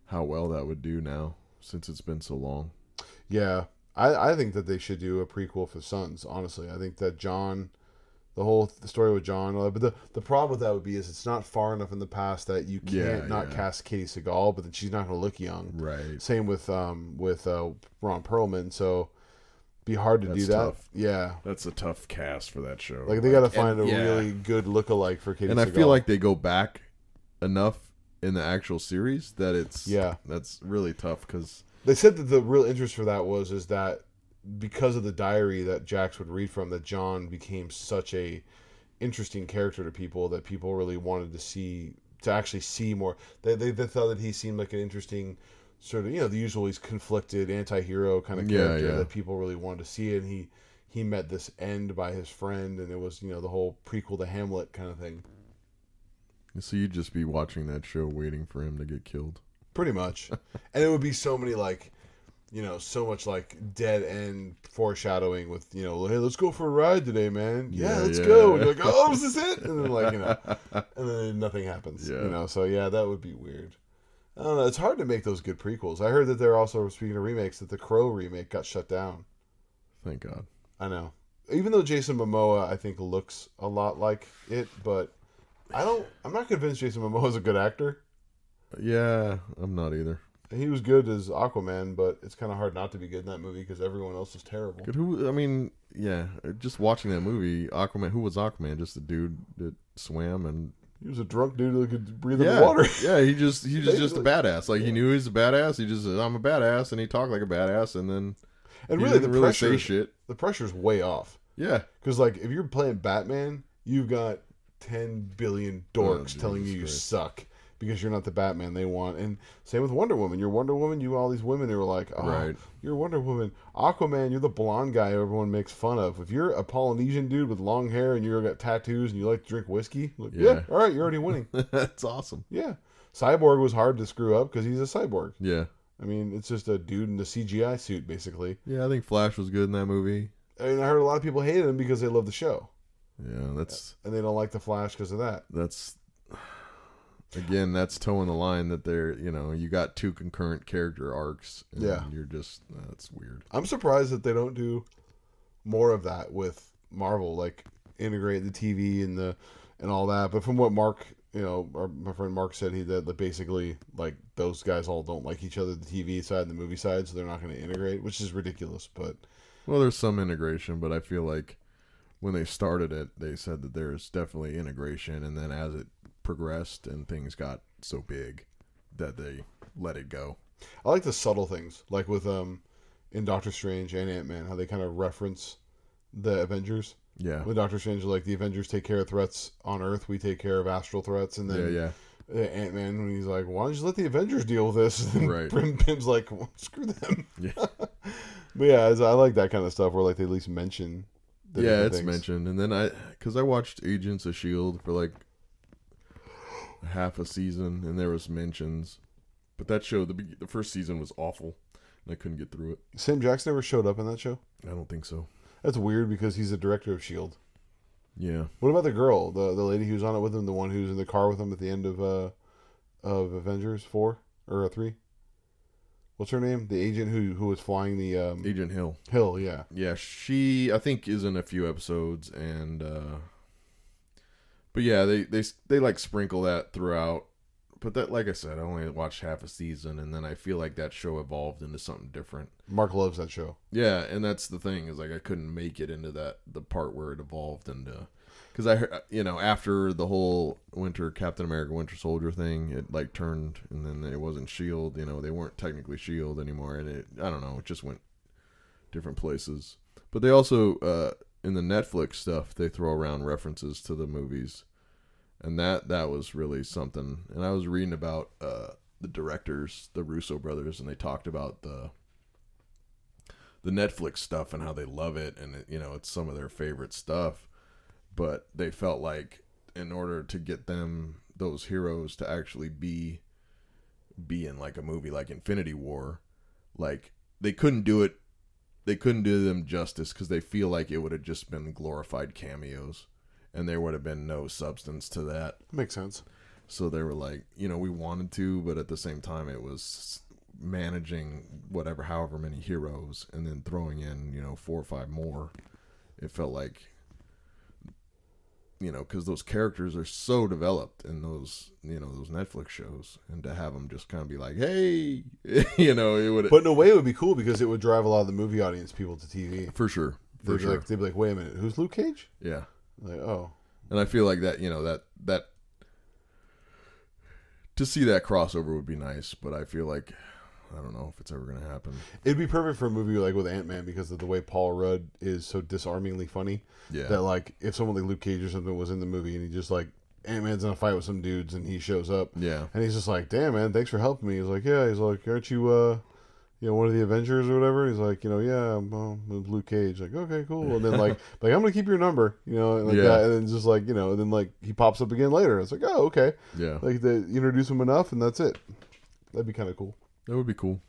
S4: how well that would do now since it's been so long.
S3: Yeah, I, I think that they should do a prequel for Sons. Honestly, I think that John, the whole th- story with John, all that- but the the problem with that would be is it's not far enough in the past that you can't
S4: Yeah,
S3: not
S4: yeah.
S3: cast Katie Seagal, but then she's not going to look young.
S4: Right.
S3: Same with um with uh, Ron Perlman. So be hard to
S4: That's
S3: do that.
S4: tough.
S3: Yeah,
S4: That's a tough cast for that show.
S3: like they got to find
S4: and-
S3: a
S4: yeah.
S3: really good lookalike for Katie.
S4: and I
S3: Sagal.
S4: feel like they go back enough in the actual series that it's
S3: Yeah.
S4: that's really tough because
S3: they said that the real interest for that was is that because of the diary that Jax would read from, that John became such a interesting character to people that people really wanted to see to actually see more. They they, they thought that he seemed like an interesting sort of you know the usual he's conflicted anti-hero kind of
S4: Yeah,
S3: character
S4: yeah.
S3: that people really wanted to see, and he he met this end by his friend, and it was you know the whole prequel to Hamlet kind of thing.
S4: so you'd just be watching that show waiting for him to get killed.
S3: pretty much and it would be so many like you know so much like dead end foreshadowing with you know hey let's go for a ride today man yeah,
S4: Yeah,
S3: let's
S4: yeah.
S3: go and you're like oh is this it and then like you know and then nothing happens
S4: Yeah.
S3: you know so yeah that would be weird i don't know it's hard to make those good prequels i heard that they're also speaking of remakes that the crow remake got shut down
S4: Thank God.
S3: i know even though jason momoa i think looks a lot like it but i don't i'm not convinced jason momoa is a good actor
S4: Yeah, I'm not either.
S3: He was good as Aquaman, but it's kind of hard not to be good in that movie because everyone else is terrible.
S4: But who? I mean, yeah, just watching that movie, Aquaman. Who was Aquaman? Just the dude that swam and
S3: He was a drunk dude that could breathe in
S4: yeah,
S3: the water.
S4: yeah. He just he was just a
S3: Basically.
S4: badass. Like he knew he was a badass. He just said, "I'm a badass," and he talked like a badass. And then
S3: And
S4: he
S3: really, the
S4: didn't really
S3: pressure
S4: say shit.
S3: the pressure's way off
S4: Yeah,
S3: because like if you're playing Batman, you've got ten billion dorks
S4: Oh, Jesus
S3: telling you you
S4: Christ.
S3: suck because you're not the Batman they want. And same with Wonder Woman. You're Wonder Woman. You all these women who are like, oh,
S4: Right.
S3: you're Wonder Woman. Aquaman, you're the blonde guy everyone makes fun of. If you're a Polynesian dude with long hair and you got tattoos and you like to drink whiskey, like, yeah,
S4: Yeah.
S3: all right, you're already winning.
S4: that's awesome.
S3: Yeah. Cyborg was hard to screw up because he's a cyborg.
S4: Yeah,
S3: I mean, it's just a dude in a CGI suit, basically.
S4: yeah. I think Flash was good in that movie.
S3: And I heard a lot of people hated him because they love the show
S4: Yeah, that's
S3: and they don't like the Flash because of that.
S4: that's again that's towing the line that they're you know you got two concurrent character arcs. And
S3: Yeah.
S4: you're just that's weird.
S3: I'm surprised that they don't do more of that with Marvel, like integrate the TV and the and all that. But from what Mark, you know, our, my friend Mark said, he that that basically like those guys all don't like each other, the TV side and the movie side, so they're not going to integrate, which is ridiculous. But
S4: Well, there's some integration, but I feel like when they started it, they said that there's definitely integration, and then as it progressed and things got so big that they let it go.
S3: I like the subtle things, like with um, in Doctor Strange and Ant Man, how they kind of reference the Avengers.
S4: Yeah,
S3: With Doctor Strange, like the Avengers take care of threats on Earth, we take care of astral threats, and
S4: yeah,
S3: then
S4: yeah.
S3: Ant Man, when he's like, "Why don't you let the Avengers deal with this?" And
S4: Right.
S3: Pim Pim's like, well, "Screw them."
S4: Yeah.
S3: but yeah, it's- I like that kind of stuff where like they at least mention. the
S4: yeah,
S3: different
S4: it's
S3: things.
S4: mentioned, and then I because I watched Agents of Shield for like half a season, and there was mentions, but that show the be- the first season was awful, and I couldn't get through it.
S3: Sam Jackson never showed up in that show.
S4: I don't think so.
S3: That's weird because he's the director of Shield.
S4: Yeah,
S3: What about the girl, the the lady who's on it with him, the one who's in the car with him at the end of uh of Avengers four or uh, three? What's her name? The agent who who was flying the um,
S4: Agent Hill.
S3: hill, yeah.
S4: yeah she i think is in a few episodes and uh but yeah they they they like sprinkle that throughout but that like i said i only watched half a season and then i feel like that show evolved into something different
S3: Mark loves that show.
S4: yeah and that's the thing is like i couldn't make it into that the part where it evolved into because i heard- you know after the whole winter captain america winter soldier thing it like turned and then it wasn't shield E you know they weren't technically shield E anymore and it i don't know it just went different places. But they also uh, in the Netflix stuff they throw around references to the movies, and that that was really something. And I was reading about uh, the directors, the Russo brothers, and they talked about the the Netflix stuff and how they love it, and it, you know it's some of their favorite stuff. But they felt like in order to get them those heroes to actually be be in like a movie like Infinity War, like they couldn't do it they couldn't do them justice because they feel like it would have just been glorified cameos and there would have been no substance to that
S3: Makes sense.
S4: so they were like you know we wanted to but at the same time it was managing whatever however many heroes and then throwing in you know four or five more it felt like you know, because those characters are so developed in those, you know, those Netflix shows, and to have them just kind of be like, hey, you know, it would,
S3: But in a way, it would be cool because it would drive a lot of the movie audience people to TV.
S4: for sure,
S3: They'd
S4: for
S3: be
S4: sure,
S3: like, they'd be like, wait a minute, who's Luke Cage?
S4: yeah.
S3: Like, oh,
S4: And I feel like that, you know, that that to see that crossover would be nice, but I feel like I don't know if it's ever going to happen.
S3: It'd be perfect for a movie like with Ant Man because of the way Paul Rudd is so disarmingly funny.
S4: Yeah.
S3: That like if someone like Luke Cage or something was in the movie and he just like Ant Man's in a fight with some dudes and he shows up.
S4: Yeah.
S3: And he's just like, "Damn man, thanks for helping me." He's like, "Yeah." He's like, "Aren't you uh, you know, one of the Avengers or whatever?" He's like, "You know, yeah, I'm, um, I'm Luke Cage." Like, okay, cool. And then like, like I'm gonna keep your number, you know, and like
S4: Yeah.
S3: that, and then just like you know, and then like he pops up again later. It's like, oh okay,
S4: Yeah.
S3: like they introduce him enough and that's it. That'd be kind of cool.
S4: That would be cool.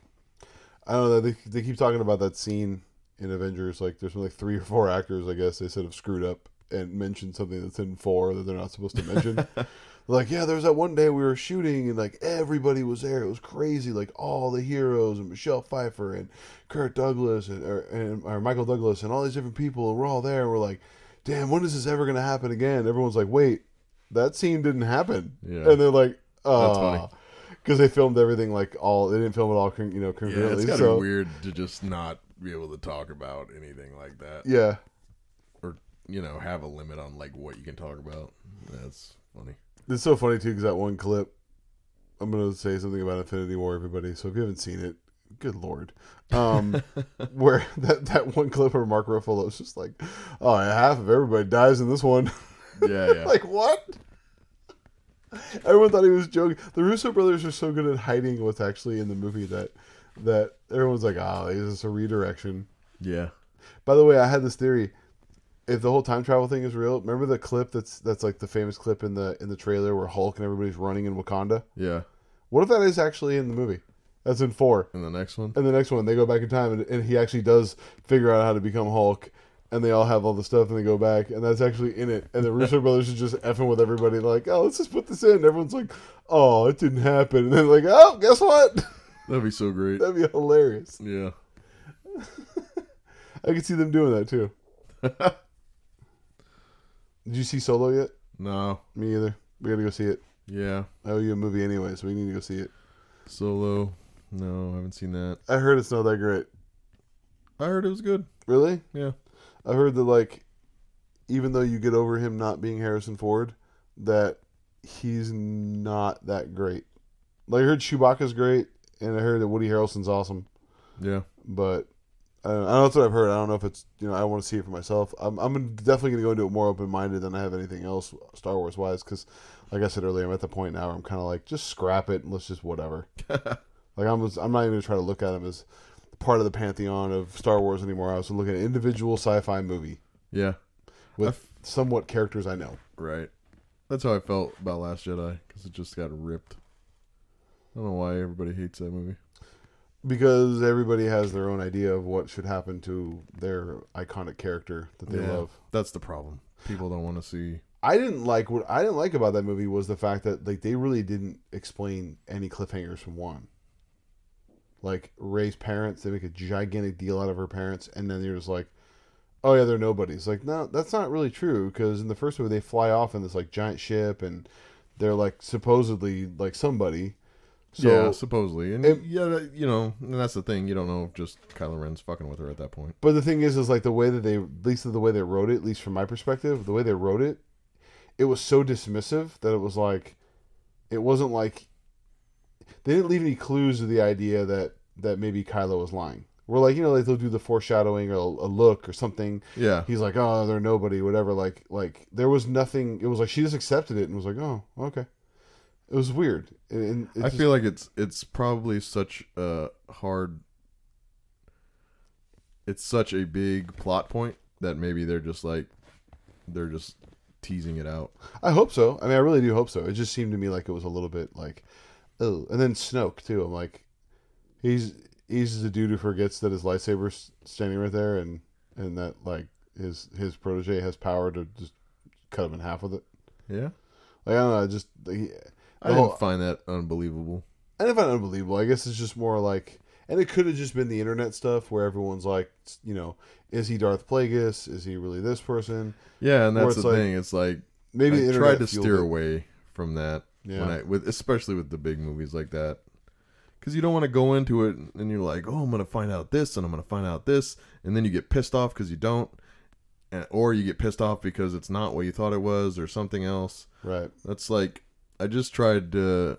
S3: I don't know. They, they keep talking about that scene in Avengers. Like, there's like three or four actors, I guess, they said have screwed up and mentioned something that's in four that they're not supposed to mention. like, yeah, there was that one day we were shooting and like everybody was there. It was crazy. Like all the heroes and Michelle Pfeiffer and Kurt Douglas and or, and or Michael Douglas and all these different people and we're all there. And we're like, damn, when is this ever gonna happen again? Everyone's like, wait, that scene didn't happen.
S4: Yeah.
S3: And they're like,
S4: funny.
S3: oh. Because they filmed everything like all, they didn't film it all, con- you know,
S4: Yeah,
S3: congruently.
S4: it's got to
S3: so
S4: be weird to just not be able to talk about anything like that
S3: Yeah.
S4: or you know, have a limit on like what you can talk about. That's funny.
S3: It's so funny, too, because that one clip, I'm going to say something about Infinity War, everybody. So if you haven't seen it, good Lord. Um, where that, that one clip where Mark Ruffalo is just like, oh, half of everybody dies in this one.
S4: Yeah, yeah.
S3: like, what? Everyone thought he was joking. The Russo brothers are so good at hiding what's actually in the movie that that everyone's like, ah, oh, is this a redirection?
S4: yeah.
S3: By the way, I had this theory. If the whole time travel thing is real, remember the clip that's that's like the famous clip in the in the trailer where Hulk and everybody's running in Wakanda?
S4: Yeah.
S3: What if that is actually in the movie? That's in four.
S4: And the next one?
S3: And the next one, they go back in time and, and he actually does figure out how to become Hulk and they all have all the stuff and they go back and that's actually in it. And the Russo brothers are just effing with everybody like, Oh, let's just put this in. Everyone's like, Oh, it didn't happen and then like, Oh, guess what?
S4: That'd be so great.
S3: That'd be hilarious.
S4: Yeah.
S3: I could see them doing that too. Did you see Solo yet?
S4: No.
S3: Me either. We gotta go see it.
S4: Yeah.
S3: I owe you a movie anyway, so we need to go see it.
S4: Solo. No, I haven't seen that.
S3: I heard it's not that great.
S4: I heard it was good.
S3: Really?
S4: Yeah.
S3: I heard that like, even though you get over him not being Harrison Ford, that he's not that great. Like I heard Chewbacca's great, and I heard that Woody Harrelson's awesome,
S4: Yeah.
S3: but. I don't, I don't know that's what I've heard. I don't know if it's you know I want to see it for myself. I'm I'm definitely gonna go into it more open minded than I have anything else Star Wars wise because, like I said earlier, I'm at the point now where I'm kind of like just scrap it and let's just whatever. Like I'm, just- I'm not even gonna try to look at him as part of the pantheon of Star Wars anymore. I was looking at an individual sci-fi movie
S4: Yeah.
S3: with
S4: I f-
S3: somewhat characters I know.
S4: Right. That's how I felt about Last Jedi because it just got ripped. I don't know why everybody hates that movie.
S3: Because everybody has their own idea of what should happen to their iconic character that they love.
S4: That's the problem. People don't want to see.
S3: I didn't like what I didn't like about that movie was the fact that like they really didn't explain any cliffhangers from one. Like Ray's parents, they make a gigantic deal out of her parents, and then you're just like, "Oh yeah, they're nobodies." Like, no, that's not really true because in the first movie they fly off in this like giant ship, and they're like supposedly like somebody. So
S4: yeah, supposedly, and
S3: It-
S4: yeah, that- you know, and that's the thing. You don't know if just Kylo Ren's fucking with her at that point.
S3: But the thing is, is like the way that they, at least the way they wrote it, at least from my perspective, the way they wrote it, it was so dismissive that it was like, it wasn't like, they didn't leave any clues to the idea that that maybe Kylo was lying. We're like, you know, like they'll do the foreshadowing or a look or something.
S4: Yeah,
S3: He's like, oh, they're nobody, whatever. Like, like there was nothing. It was like she just accepted it and was like, oh, okay. It was weird. And, and it
S4: I
S3: just-
S4: feel like it's it's probably such a hard. It's such a big plot point that maybe they're just like, they're just teasing it out.
S3: I hope so. I mean, I really do hope so. It just seemed to me like it was a little bit like, oh, and then Snoke too. I'm like, he's he's the dude who forgets that his lightsaber's standing right there, and and that like his his protege has power to just cut him in half with it.
S4: Yeah,
S3: Like I don't know, I just he,
S4: I
S3: the
S4: didn't
S3: whole-
S4: find that unbelievable.
S3: I didn't find it unbelievable. I guess it's just more like, and it could have just been the internet stuff where everyone's like, you know, is he Darth Plagueis? Is he really this person?
S4: Yeah, and
S3: Or
S4: that's
S3: it's
S4: the
S3: like-
S4: thing. It's like
S3: Maybe the
S4: I
S3: internet
S4: tried to
S3: fueled
S4: steer
S3: it.
S4: away from that
S3: Yeah.
S4: when I with especially with the big movies like that. Cuz you don't want to go into it and you're like, "Oh, I'm going to find out this and I'm going to find out this." And then you get pissed off cuz you don't and, or you get pissed off because it's not what you thought it was or something else.
S3: Right.
S4: That's like I just tried to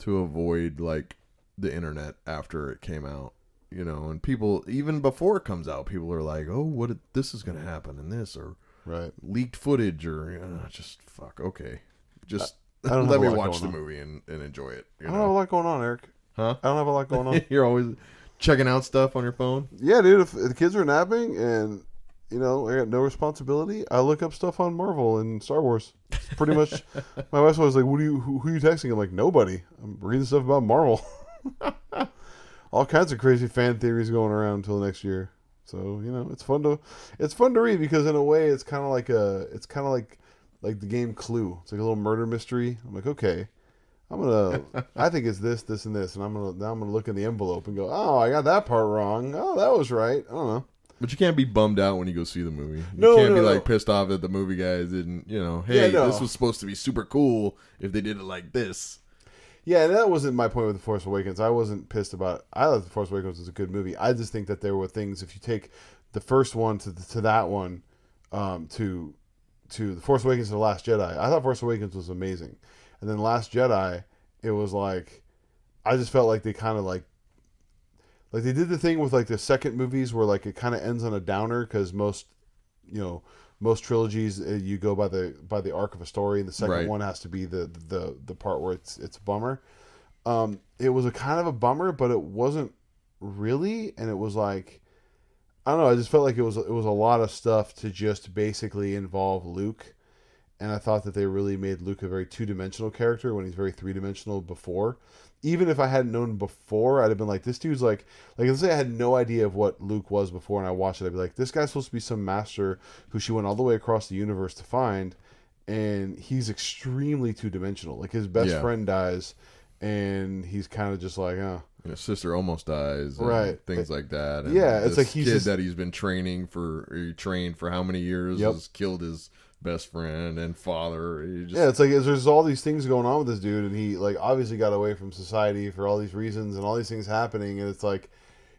S4: to avoid like the internet after it came out, you know, and people even before it comes out, people are like, "Oh, what it- this is going to happen and this or
S3: Right.
S4: leaked footage or uh, just fuck, okay. Just
S3: I don't
S4: let
S3: have a
S4: me
S3: lot
S4: watch
S3: going
S4: the
S3: on.
S4: movie and, and enjoy it, you
S3: I don't have a
S4: know.
S3: lot going on, Eric.
S4: Huh?
S3: I don't have a lot going on.
S4: You're always checking out stuff on your phone.
S3: yeah, dude. If, if the kids are napping and you know I got no responsibility, I look up stuff on Marvel and Star Wars. It's pretty much. my wife's always like, "What do you? Who, who are you texting?" I'm like, "Nobody. I'm reading stuff about Marvel." All kinds of crazy fan theories going around until next year. So you know, it's fun to it's fun to read because in a way, it's kind of like a it's kind of like like the game Clue. It's like a little murder mystery. I'm like, okay. I'm gonna. I think it's this, this, and this, and I'm gonna. Now I'm gonna look in the envelope and go, "Oh, I got that part wrong. Oh, that was right. I don't know."
S4: But you can't be bummed out when you go see the movie. You
S3: No,
S4: can't
S3: no,
S4: be
S3: no.
S4: like pissed off that the movie guys didn't, you know, hey,
S3: Yeah, no.
S4: this was supposed to be super cool if they did it like this.
S3: Yeah, and that wasn't my point with the Force Awakens. I wasn't pissed about. I thought the Force Awakens was a good movie. I just think that there were things. If you take the first one to to that one, um, to to the Force Awakens to the Last Jedi, I thought Force Awakens was amazing, and then Last Jedi, it was like, I just felt like they kind of like like they did the thing with like the second movies where like it kind of ends on a downer because most you know most trilogies uh, you go by the by the arc of a story and the second
S4: Right.
S2: one
S3: one has to be the the the part where it's it's a bummer um it was a kind of a bummer but it wasn't really and it was like i don't know i just felt like it was it was a lot of stuff to just basically involve luke and i thought that they really made luke a very two-dimensional character when he's very three-dimensional before even if I hadn't known before, I'd have been like, this dude's like, like let's say I had no idea of what Luke was before, and I watched it, I'd be like, this guy's supposed to be some master who she went all the way across the universe to find, and he's extremely two dimensional. Like his best
S4: Yeah.
S3: friend dies, and he's kind of just like, oh,
S4: And his sister almost dies, and
S3: Right.
S4: Things like that. And
S3: Yeah, it's
S4: this
S3: like he's
S4: kid
S3: just-
S4: that he's been training for, or he trained for how many years?
S3: Yep.
S4: Has killed his best friend and father. He just,
S3: yeah. It's like there's all these things going on with this dude, and he like obviously got away from society for all these reasons, and all these things happening, and it's like.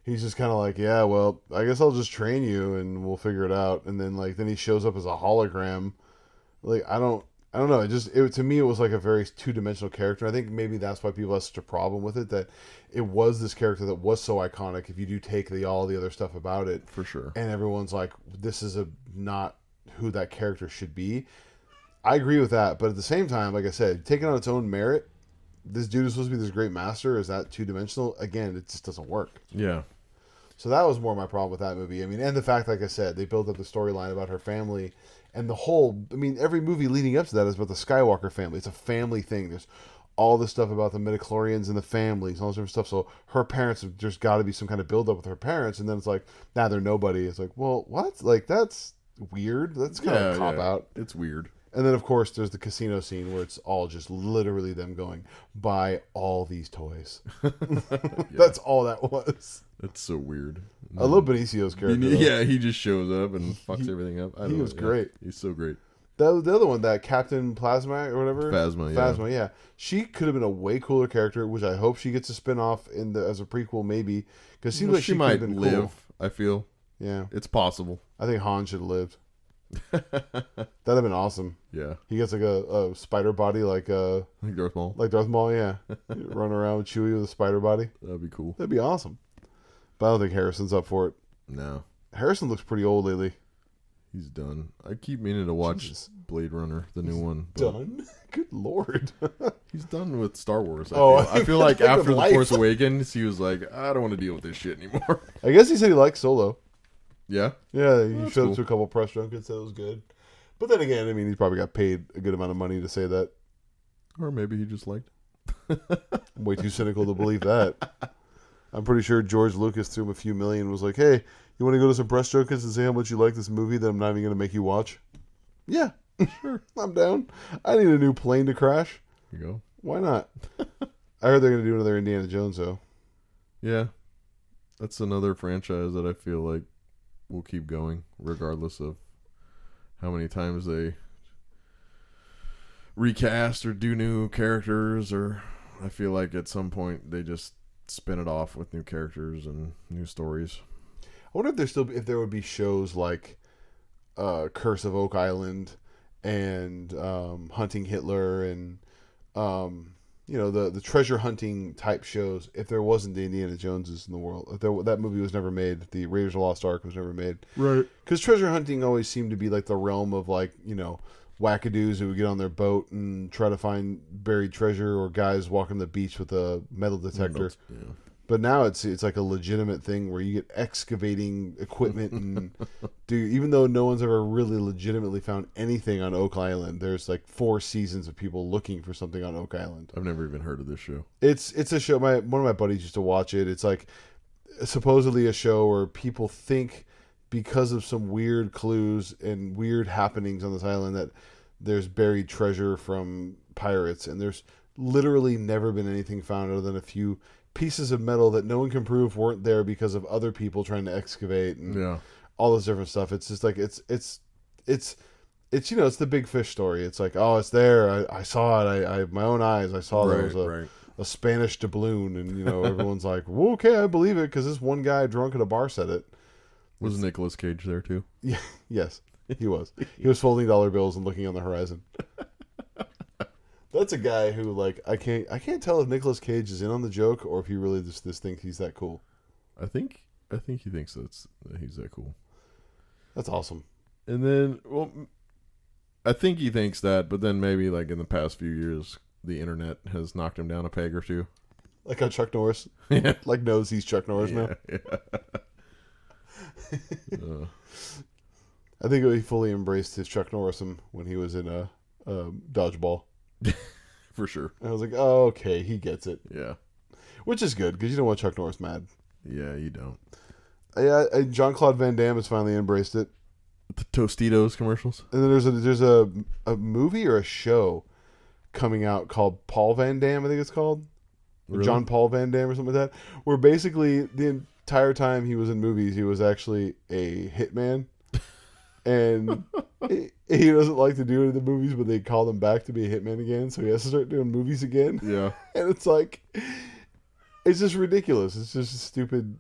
S3: He's just kind of like, yeah, well, I guess I'll just train you and we'll figure it out. And then like, then he shows up as a hologram, like I don't I don't know. It just it to me it was like a very two dimensional character. I think maybe that's why people have such a problem with it that it was this character that was so iconic. If you do take the all the other stuff about it,
S4: for sure.
S3: and everyone's like, this is a not who that character should be. I agree with that, but at the same time, like I said, taking on its own merit, this dude is supposed to be this great master. Is that two dimensional? Again, it just doesn't work.
S4: Yeah.
S3: So that was more my problem with that movie. I mean, and the fact, like I said, they built up the storyline about her family, and the whole. I mean, every movie leading up to that is about the Skywalker family. It's a family thing. There's all this stuff about the midichlorians and the families and all this different stuff. So her parents have just got to be some kind of build up with her parents, and then it's like, now they're nobody. It's like, well, what? Like that's weird. That's kind
S4: yeah
S3: of a cop
S4: yeah.
S3: out.
S4: It's weird.
S3: And then of course there's the casino scene where it's all just literally them going buy all these toys. That's all that was.
S4: It's so weird.
S3: I
S4: Mm.
S3: love Benicio's character.
S4: He-
S3: though.
S4: yeah, he just shows up and fucks everything up. I
S3: he
S4: love
S3: was
S4: it,
S3: great.
S4: He's so great.
S3: The, the other one, that Captain Plasma or whatever,
S4: Phasma, yeah.
S3: Phasma, yeah. She could have been a way cooler character, which I hope she gets a spin off in the as a prequel, maybe. Because seems
S4: Well,
S3: like
S4: she,
S3: she, could have
S4: might
S3: been
S4: live.
S3: Cool.
S4: I feel
S3: Yeah,
S4: it's possible.
S3: I think Han should have lived. That'd have been awesome.
S4: Yeah,
S3: He gets like a, a spider body, like uh,
S4: like Darth Maul.
S3: like Darth Maul. Yeah, run around with Chewie with a spider body.
S4: That'd be cool.
S3: That'd be awesome. But I don't think Harrison's up for it.
S4: No,
S3: Harrison looks pretty old lately.
S4: he's done. I keep meaning to watch
S3: Jesus.
S4: Blade Runner, the new one. but
S3: Done. Good lord.
S4: He's done with Star Wars. I
S3: Oh,
S4: feel, I feel like
S3: Like of
S4: after the
S3: life.
S4: Force Awakens, he was like, I don't want to deal with this shit anymore.
S3: I guess he said he likes Solo.
S4: yeah,
S3: Yeah, he showed
S4: cool.
S3: up to a couple press junkets. Said it was good, but then again, I mean, he probably got paid a good amount of money to say that.
S4: or maybe he just liked.
S3: I'm way too cynical to believe that. I'm pretty sure George Lucas threw him a few million. and Was like, hey, you want to go to some press junkets and say how much you like this movie that I'm not even going to make you watch? Yeah, sure, I'm down. I need a new plane to crash.
S4: You go.
S3: Why not? I heard they're going to do another Indiana Jones though.
S4: Yeah, that's another franchise that I feel like will keep going regardless of how many times they recast or do new characters or I feel like at some point they just spin it off with new characters and new stories.
S3: I wonder if there's still if there would be shows like uh, Curse of Oak Island and um, Hunting Hitler and um, you know the the treasure hunting type shows. If there wasn't the Indiana Joneses in the world, if there, that movie was never made, the Raiders of the Lost Ark was never made.
S4: Right.
S3: Because treasure hunting always seemed to be like the realm of like you know wackadoos who would get on their boat and try to find buried treasure, or guys walking the beach with a metal detector.
S4: Yeah.
S3: But now it's it's like a legitimate thing where you get excavating equipment and do even though no one's ever really legitimately found anything on Oak Island, there's like four seasons of people looking for something on Oak Island.
S4: I've never even heard of this show.
S3: It's it's a show. My one of my buddies used to watch it. It's like supposedly a show where people think because of some weird clues and weird happenings on this island that there's buried treasure from pirates, and there's literally never been anything found other than a few pieces of metal that no one can prove weren't there because of other people trying to excavate and
S4: Yeah.
S3: all this different stuff. It's just like it's it's it's it's you know it's the big fish story. It's like oh it's there. I, I saw it. I, I my own eyes. I saw there
S4: Right,
S3: Oh, was a,
S4: right.
S3: a Spanish doubloon, and you know everyone's like well, okay I believe it because this one guy drunk at a bar said it.
S4: Was Nicolas Cage there too?
S3: Yeah, yes, he was. he was folding dollar bills and looking on the horizon. That's a guy who like I can't I can't tell if Nicolas Cage is in on the joke or if he really just this thinks he's that cool.
S4: I think I think he thinks that's that he's that cool.
S3: That's awesome.
S4: And then, well, m- I think he thinks that, but then maybe like in the past few years, the internet has knocked him down a peg or two.
S3: Like how Chuck Norris
S4: yeah.
S3: like knows he's Chuck Norris now.
S4: Uh,
S3: I think he fully embraced his Chuck Norrism when he was in a, um dodgeball.
S4: for sure.
S3: And I was like, oh, okay, he gets it,
S4: Yeah.
S3: which is good because you don't want Chuck Norris mad.
S4: Yeah, you don't.
S3: Yeah, John Claude Van Damme has finally embraced it.
S4: The Tostitos commercials?
S3: And then there's a there's a a movie or a show coming out called Paul Van Damme, I think it's called Or
S4: Really?
S3: John Paul Van Damme or something like that. Where basically the entire time he was in movies, he was actually a hitman, and he he doesn't like to do it in the movies, but they call him back to be a hitman again, so he has to start doing movies again.
S4: Yeah.
S3: And it's like, it's just ridiculous. It's just a stupid.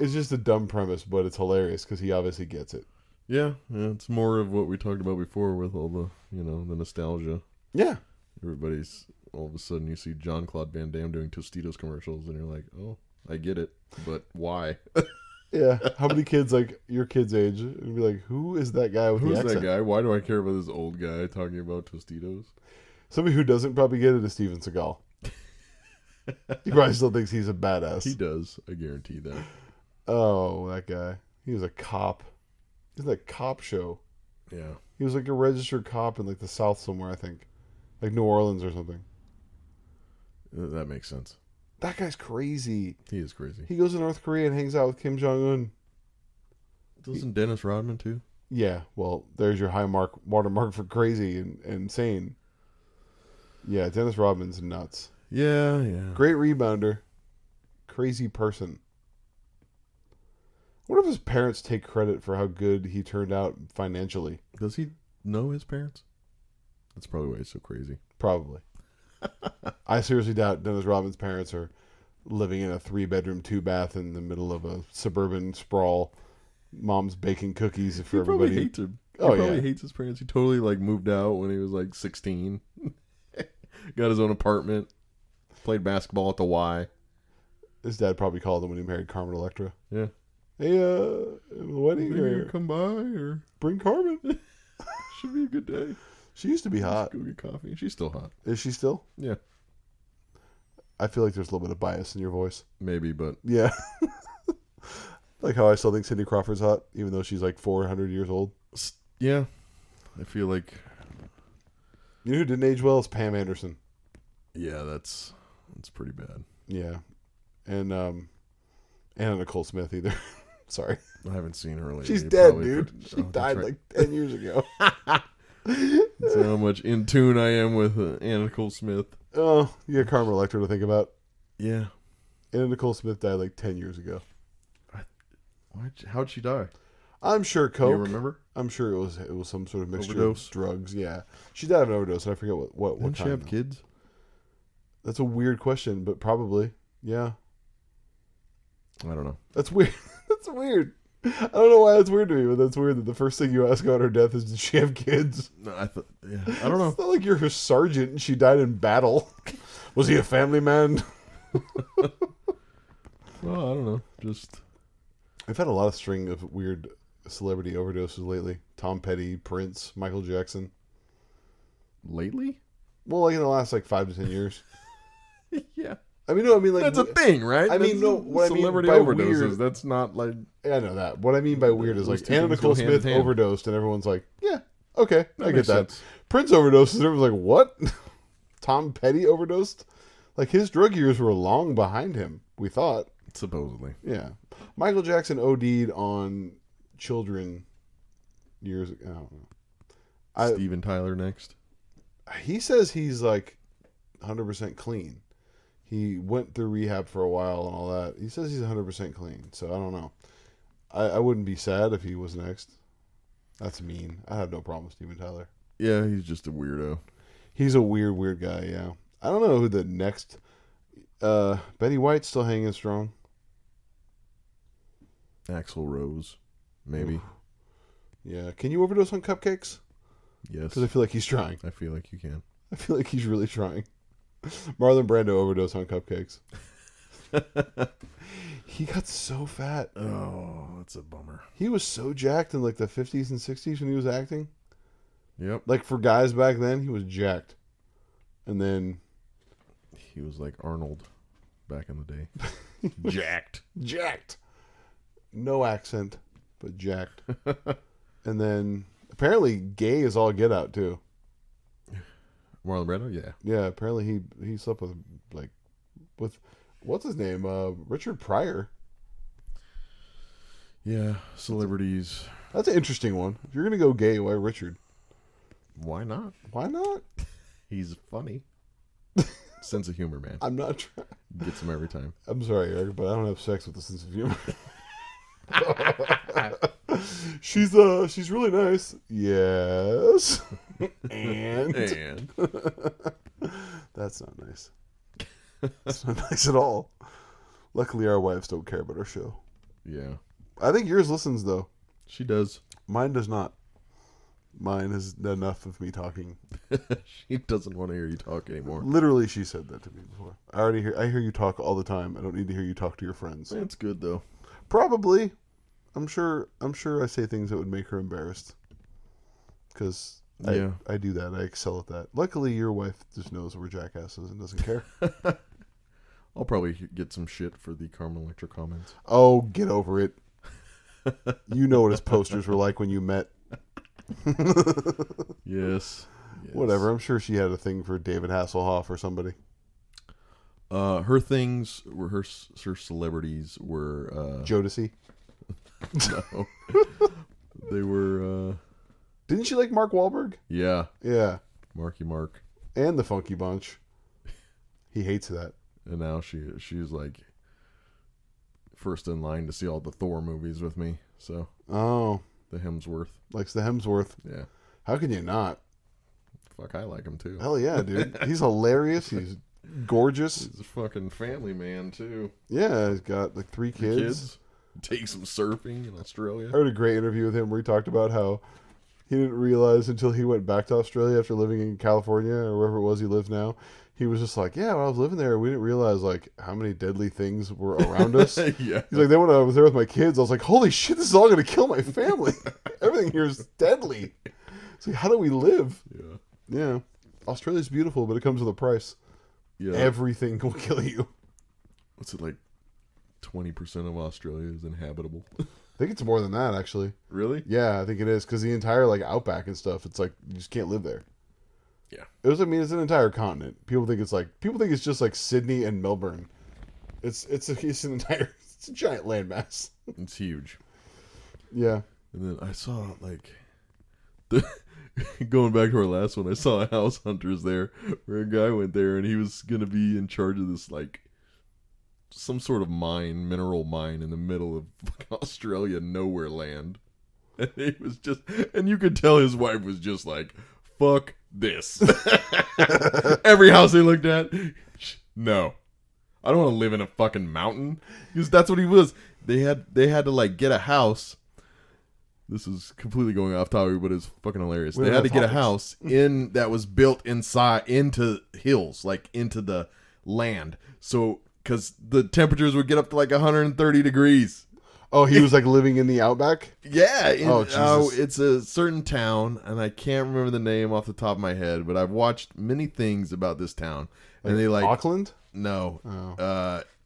S3: It's just a dumb premise, but it's hilarious because he obviously gets it.
S4: Yeah. Yeah. It's more of what we talked about before with all the, you know, the nostalgia.
S3: Yeah,
S4: Everybody's all of a sudden you see John Claude Van Damme doing Tostitos commercials and you're like, oh, I get it, but why?
S3: Yeah. How many kids like your kid's age would be like, who is that guy with
S4: Who's
S3: the
S4: that
S3: accent?
S4: guy? Why do I care about this old guy talking about Tostitos?
S3: Somebody who doesn't probably get it is Steven Seagal. he probably still thinks he's a badass.
S4: He does. I guarantee that.
S3: oh, that guy. He was a cop. Isn't that cop show?
S4: Yeah.
S3: He was like a registered cop in like the South somewhere, I think, like New Orleans or something.
S4: Th- That makes sense.
S3: That guy's crazy.
S4: He is crazy.
S3: He goes to North Korea and hangs out with Kim Jong Un.
S4: Doesn't Dennis Rodman too?
S3: Yeah, well, there's your high mark watermark for crazy and, and insane. Yeah, Dennis Rodman's nuts.
S4: Yeah, yeah.
S3: Great rebounder. Crazy person. What if his parents take credit for how good he turned out financially?
S4: Does he know his parents? That's probably why he's so crazy.
S3: Probably. I seriously doubt Dennis Rodman's parents are living in a three bedroom, two bath in the middle of a suburban sprawl. Mom's baking cookies for
S4: He probably
S3: everybody.
S4: hates him. He
S3: Oh,
S4: probably
S3: yeah.
S4: hates his parents. He totally like moved out when he was like sixteen. Got his own apartment. Played basketball at the Y.
S3: His dad probably called him when he married Carmen Electra.
S4: Yeah.
S3: Hey, uh, the wedding
S4: Maybe you
S3: here.
S4: come by or
S3: Bring Carmen.
S4: should be a good day.
S3: She used to be hot.
S4: Go get coffee. She's still hot.
S3: Is she still?
S4: Yeah.
S3: I feel like there's a little bit of bias in your voice.
S4: Maybe, but
S3: Yeah. like how I still think Cindy Crawford's hot, even though she's like 400 years old.
S4: s- yeah. I feel like
S3: You know who didn't age well? It's Pam Anderson.
S4: yeah, that's that's pretty bad.
S3: Yeah. And, um, Anna Nicole Smith either. Sorry.
S4: I haven't seen her lately.
S3: She's dead,
S4: Probably
S3: dude.
S4: for-
S3: she
S4: Oh, that's
S3: died
S4: right.
S3: like 10 years ago.
S4: That's how much in tune I am with uh, Anna Nicole Smith.
S3: oh, you got Carmen Electra to think about.
S4: Yeah.
S3: Anna Nicole Smith died like 10 years ago.
S4: Why'd she, how'd she die?
S3: I'm sure coke.
S4: You remember?
S3: I'm sure it was it was some sort of mixture
S4: Overdose?
S3: of drugs. Yeah, she died of an overdose. And I forget what what, what
S4: Didn't she
S3: kind.
S4: have
S3: though.
S4: kids?
S3: That's a weird question, but probably yeah.
S4: I don't know.
S3: That's weird. that's weird. I don't know why that's weird to me, but that's weird that the first thing you ask about her death is did she have kids?
S4: No, I thought. Yeah, I don't know.
S3: It's not like you're her sergeant and she died in battle. Was he a family man?
S4: Well, I don't know. Just
S3: I've had a lot of string of weird celebrity overdoses lately. Tom Petty, Prince, Michael Jackson.
S4: lately.
S3: Well, like in the last like five to ten years.
S4: yeah,
S3: I mean, no, I mean like
S4: that's a thing, right?
S3: I mean,
S4: That's-
S3: no, what I mean
S4: celebrity
S3: by
S4: overdoses.
S3: weird-
S4: That's not like
S3: I know that. What I mean by weird is
S4: Those
S3: like
S4: two
S3: Anna
S4: things
S3: Nicole
S4: go hand in
S3: Smith
S4: hand.
S3: overdosed, and everyone's like, "Yeah, okay, I get
S4: makes
S3: that."
S4: sense.
S3: Prince overdosed, and everyone's like, "What?" Tom Petty overdosed. Like his drug years were long behind him. We thought,
S4: supposedly.
S3: yeah. Michael Jackson OD'd on children years ago. I don't know. I-
S4: Steven Tyler next.
S3: he says he's like 100% clean. He went through rehab for a while and all that. He says he's 100% clean. So I don't know. I, I wouldn't be sad if he was next. That's mean. I have no problem with Steven Tyler.
S4: Yeah, he's just a weirdo.
S3: He's a weird, weird guy. Yeah. I don't know who the next. Uh, Betty White's still hanging strong.
S4: Axl Rose, maybe.
S3: Yeah. Can you overdose on cupcakes?
S4: Yes,
S3: Because I feel like he's trying.
S4: I feel like you can.
S3: I feel like he's really trying. Marlon Brando overdosed on cupcakes. he got so fat.
S4: Oh, that's a bummer.
S3: He was so jacked in like the 50s and 60s when he was acting.
S4: Yep.
S3: Like for guys back then, he was jacked. And then
S4: He was like Arnold back in the day. Jacked.
S3: jacked. No accent, but jacked. and then apparently gay is all get out too.
S4: Marlon Brando? Yeah.
S3: Yeah, apparently he he slept with like with what's his name? Uh Richard Pryor.
S4: Yeah. Celebrities.
S3: That's an interesting one. If you're going to go gay, why Richard?
S4: Why not?
S3: Why not?
S4: He's funny. Sense of humor, man.
S3: I'm not trying.
S4: Gets him every time.
S3: I'm sorry, Eric, but I don't have sex with a sense of humor. she's uh she's really nice. Yes. and
S4: And
S3: that's not nice. That's not nice at all. Luckily our wives don't care about our show.
S4: yeah,
S3: I think yours listens though.
S4: she does.
S3: Mine does not. Mine is enough of me talking.
S4: she doesn't want to hear you talk anymore.
S3: Literally she said that to me before. I already hear I hear you talk all the time. I don't need to hear you talk to your friends.
S4: That's good though.
S3: Probably. I'm sure. I'm sure I say things that would make her embarrassed. Because I,
S4: Yeah.
S3: I do that. I excel at that. Luckily, your wife just knows we're jackasses and doesn't care.
S4: I'll probably he- get some shit for the Carmen Electra comments.
S3: oh, get over it. you know what his posters were like when you met.
S4: Yes. yes.
S3: Whatever. I'm sure she had a thing for David Hasselhoff or somebody.
S4: Uh, her things were her s- her celebrities were uh,
S3: Jodeci.
S4: no, they were uh,
S3: Didn't she like Mark Wahlberg?
S4: yeah,
S3: Yeah.
S4: Marky Mark.
S3: And the Funky Bunch. He hates that.
S4: and now she she's like first in line to see all the Thor movies with me. So
S3: Oh,
S4: the Hemsworth,
S3: likes the Hemsworth.
S4: yeah,
S3: How can you not?
S4: fuck, I like him too.
S3: Hell yeah, dude. He's hilarious. He's gorgeous.
S4: He's a fucking family man too.
S3: Yeah, he's got like three kids.
S4: Kids take some surfing in Australia.
S3: I heard a great interview with him where he talked about how he didn't realize until he went back to Australia after living in California or wherever it was he lives now. He was just like, yeah, when I was living there, we didn't realize like how many deadly things were around us. He's
S4: yeah,
S3: like, then when I was there with my kids, I was like, holy shit, this is all going to kill my family. Everything here is deadly. It's like, how do we live?
S4: yeah,
S3: Yeah. Australia's beautiful, but it comes with a price.
S4: yeah.
S3: Everything will kill you.
S4: What's it like? Twenty percent of Australia is inhabitable.
S3: I think it's more than that, actually.
S4: really?
S3: Yeah, I think it is because the entire like outback and stuff. It's like you just can't live there.
S4: Yeah.
S3: It was. I mean, it's an entire continent. People think it's like people think it's just like Sydney and Melbourne. It's it's a, it's an entire it's a giant landmass.
S4: It's huge.
S3: Yeah.
S4: And then I saw like the going back to our last one, I saw House Hunters there where a guy went there and he was gonna be in charge of this like some sort of mine, mineral mine in the middle of fucking Australia nowhere land. And he was just, and you could tell his wife was just like, fuck this. Every house they looked at, sh- no. I don't want to live in a fucking mountain because that's what he was. They had they had to like get a house. This is completely going off topic, but it's fucking hilarious.
S3: We
S4: they
S3: don't
S4: had to
S3: have
S4: get a
S3: topics.
S4: house in that was built inside into hills, like into the land. So because the temperatures would get up to like 130 degrees.
S3: Oh, he was like living in the outback.
S4: Yeah, in,
S3: Oh,
S4: oh,
S3: Jesus.
S4: it's a certain town, and I can't remember the name off the top of my head, but I've watched many things about this town, and they like
S3: Auckland,
S4: no,
S3: Oh.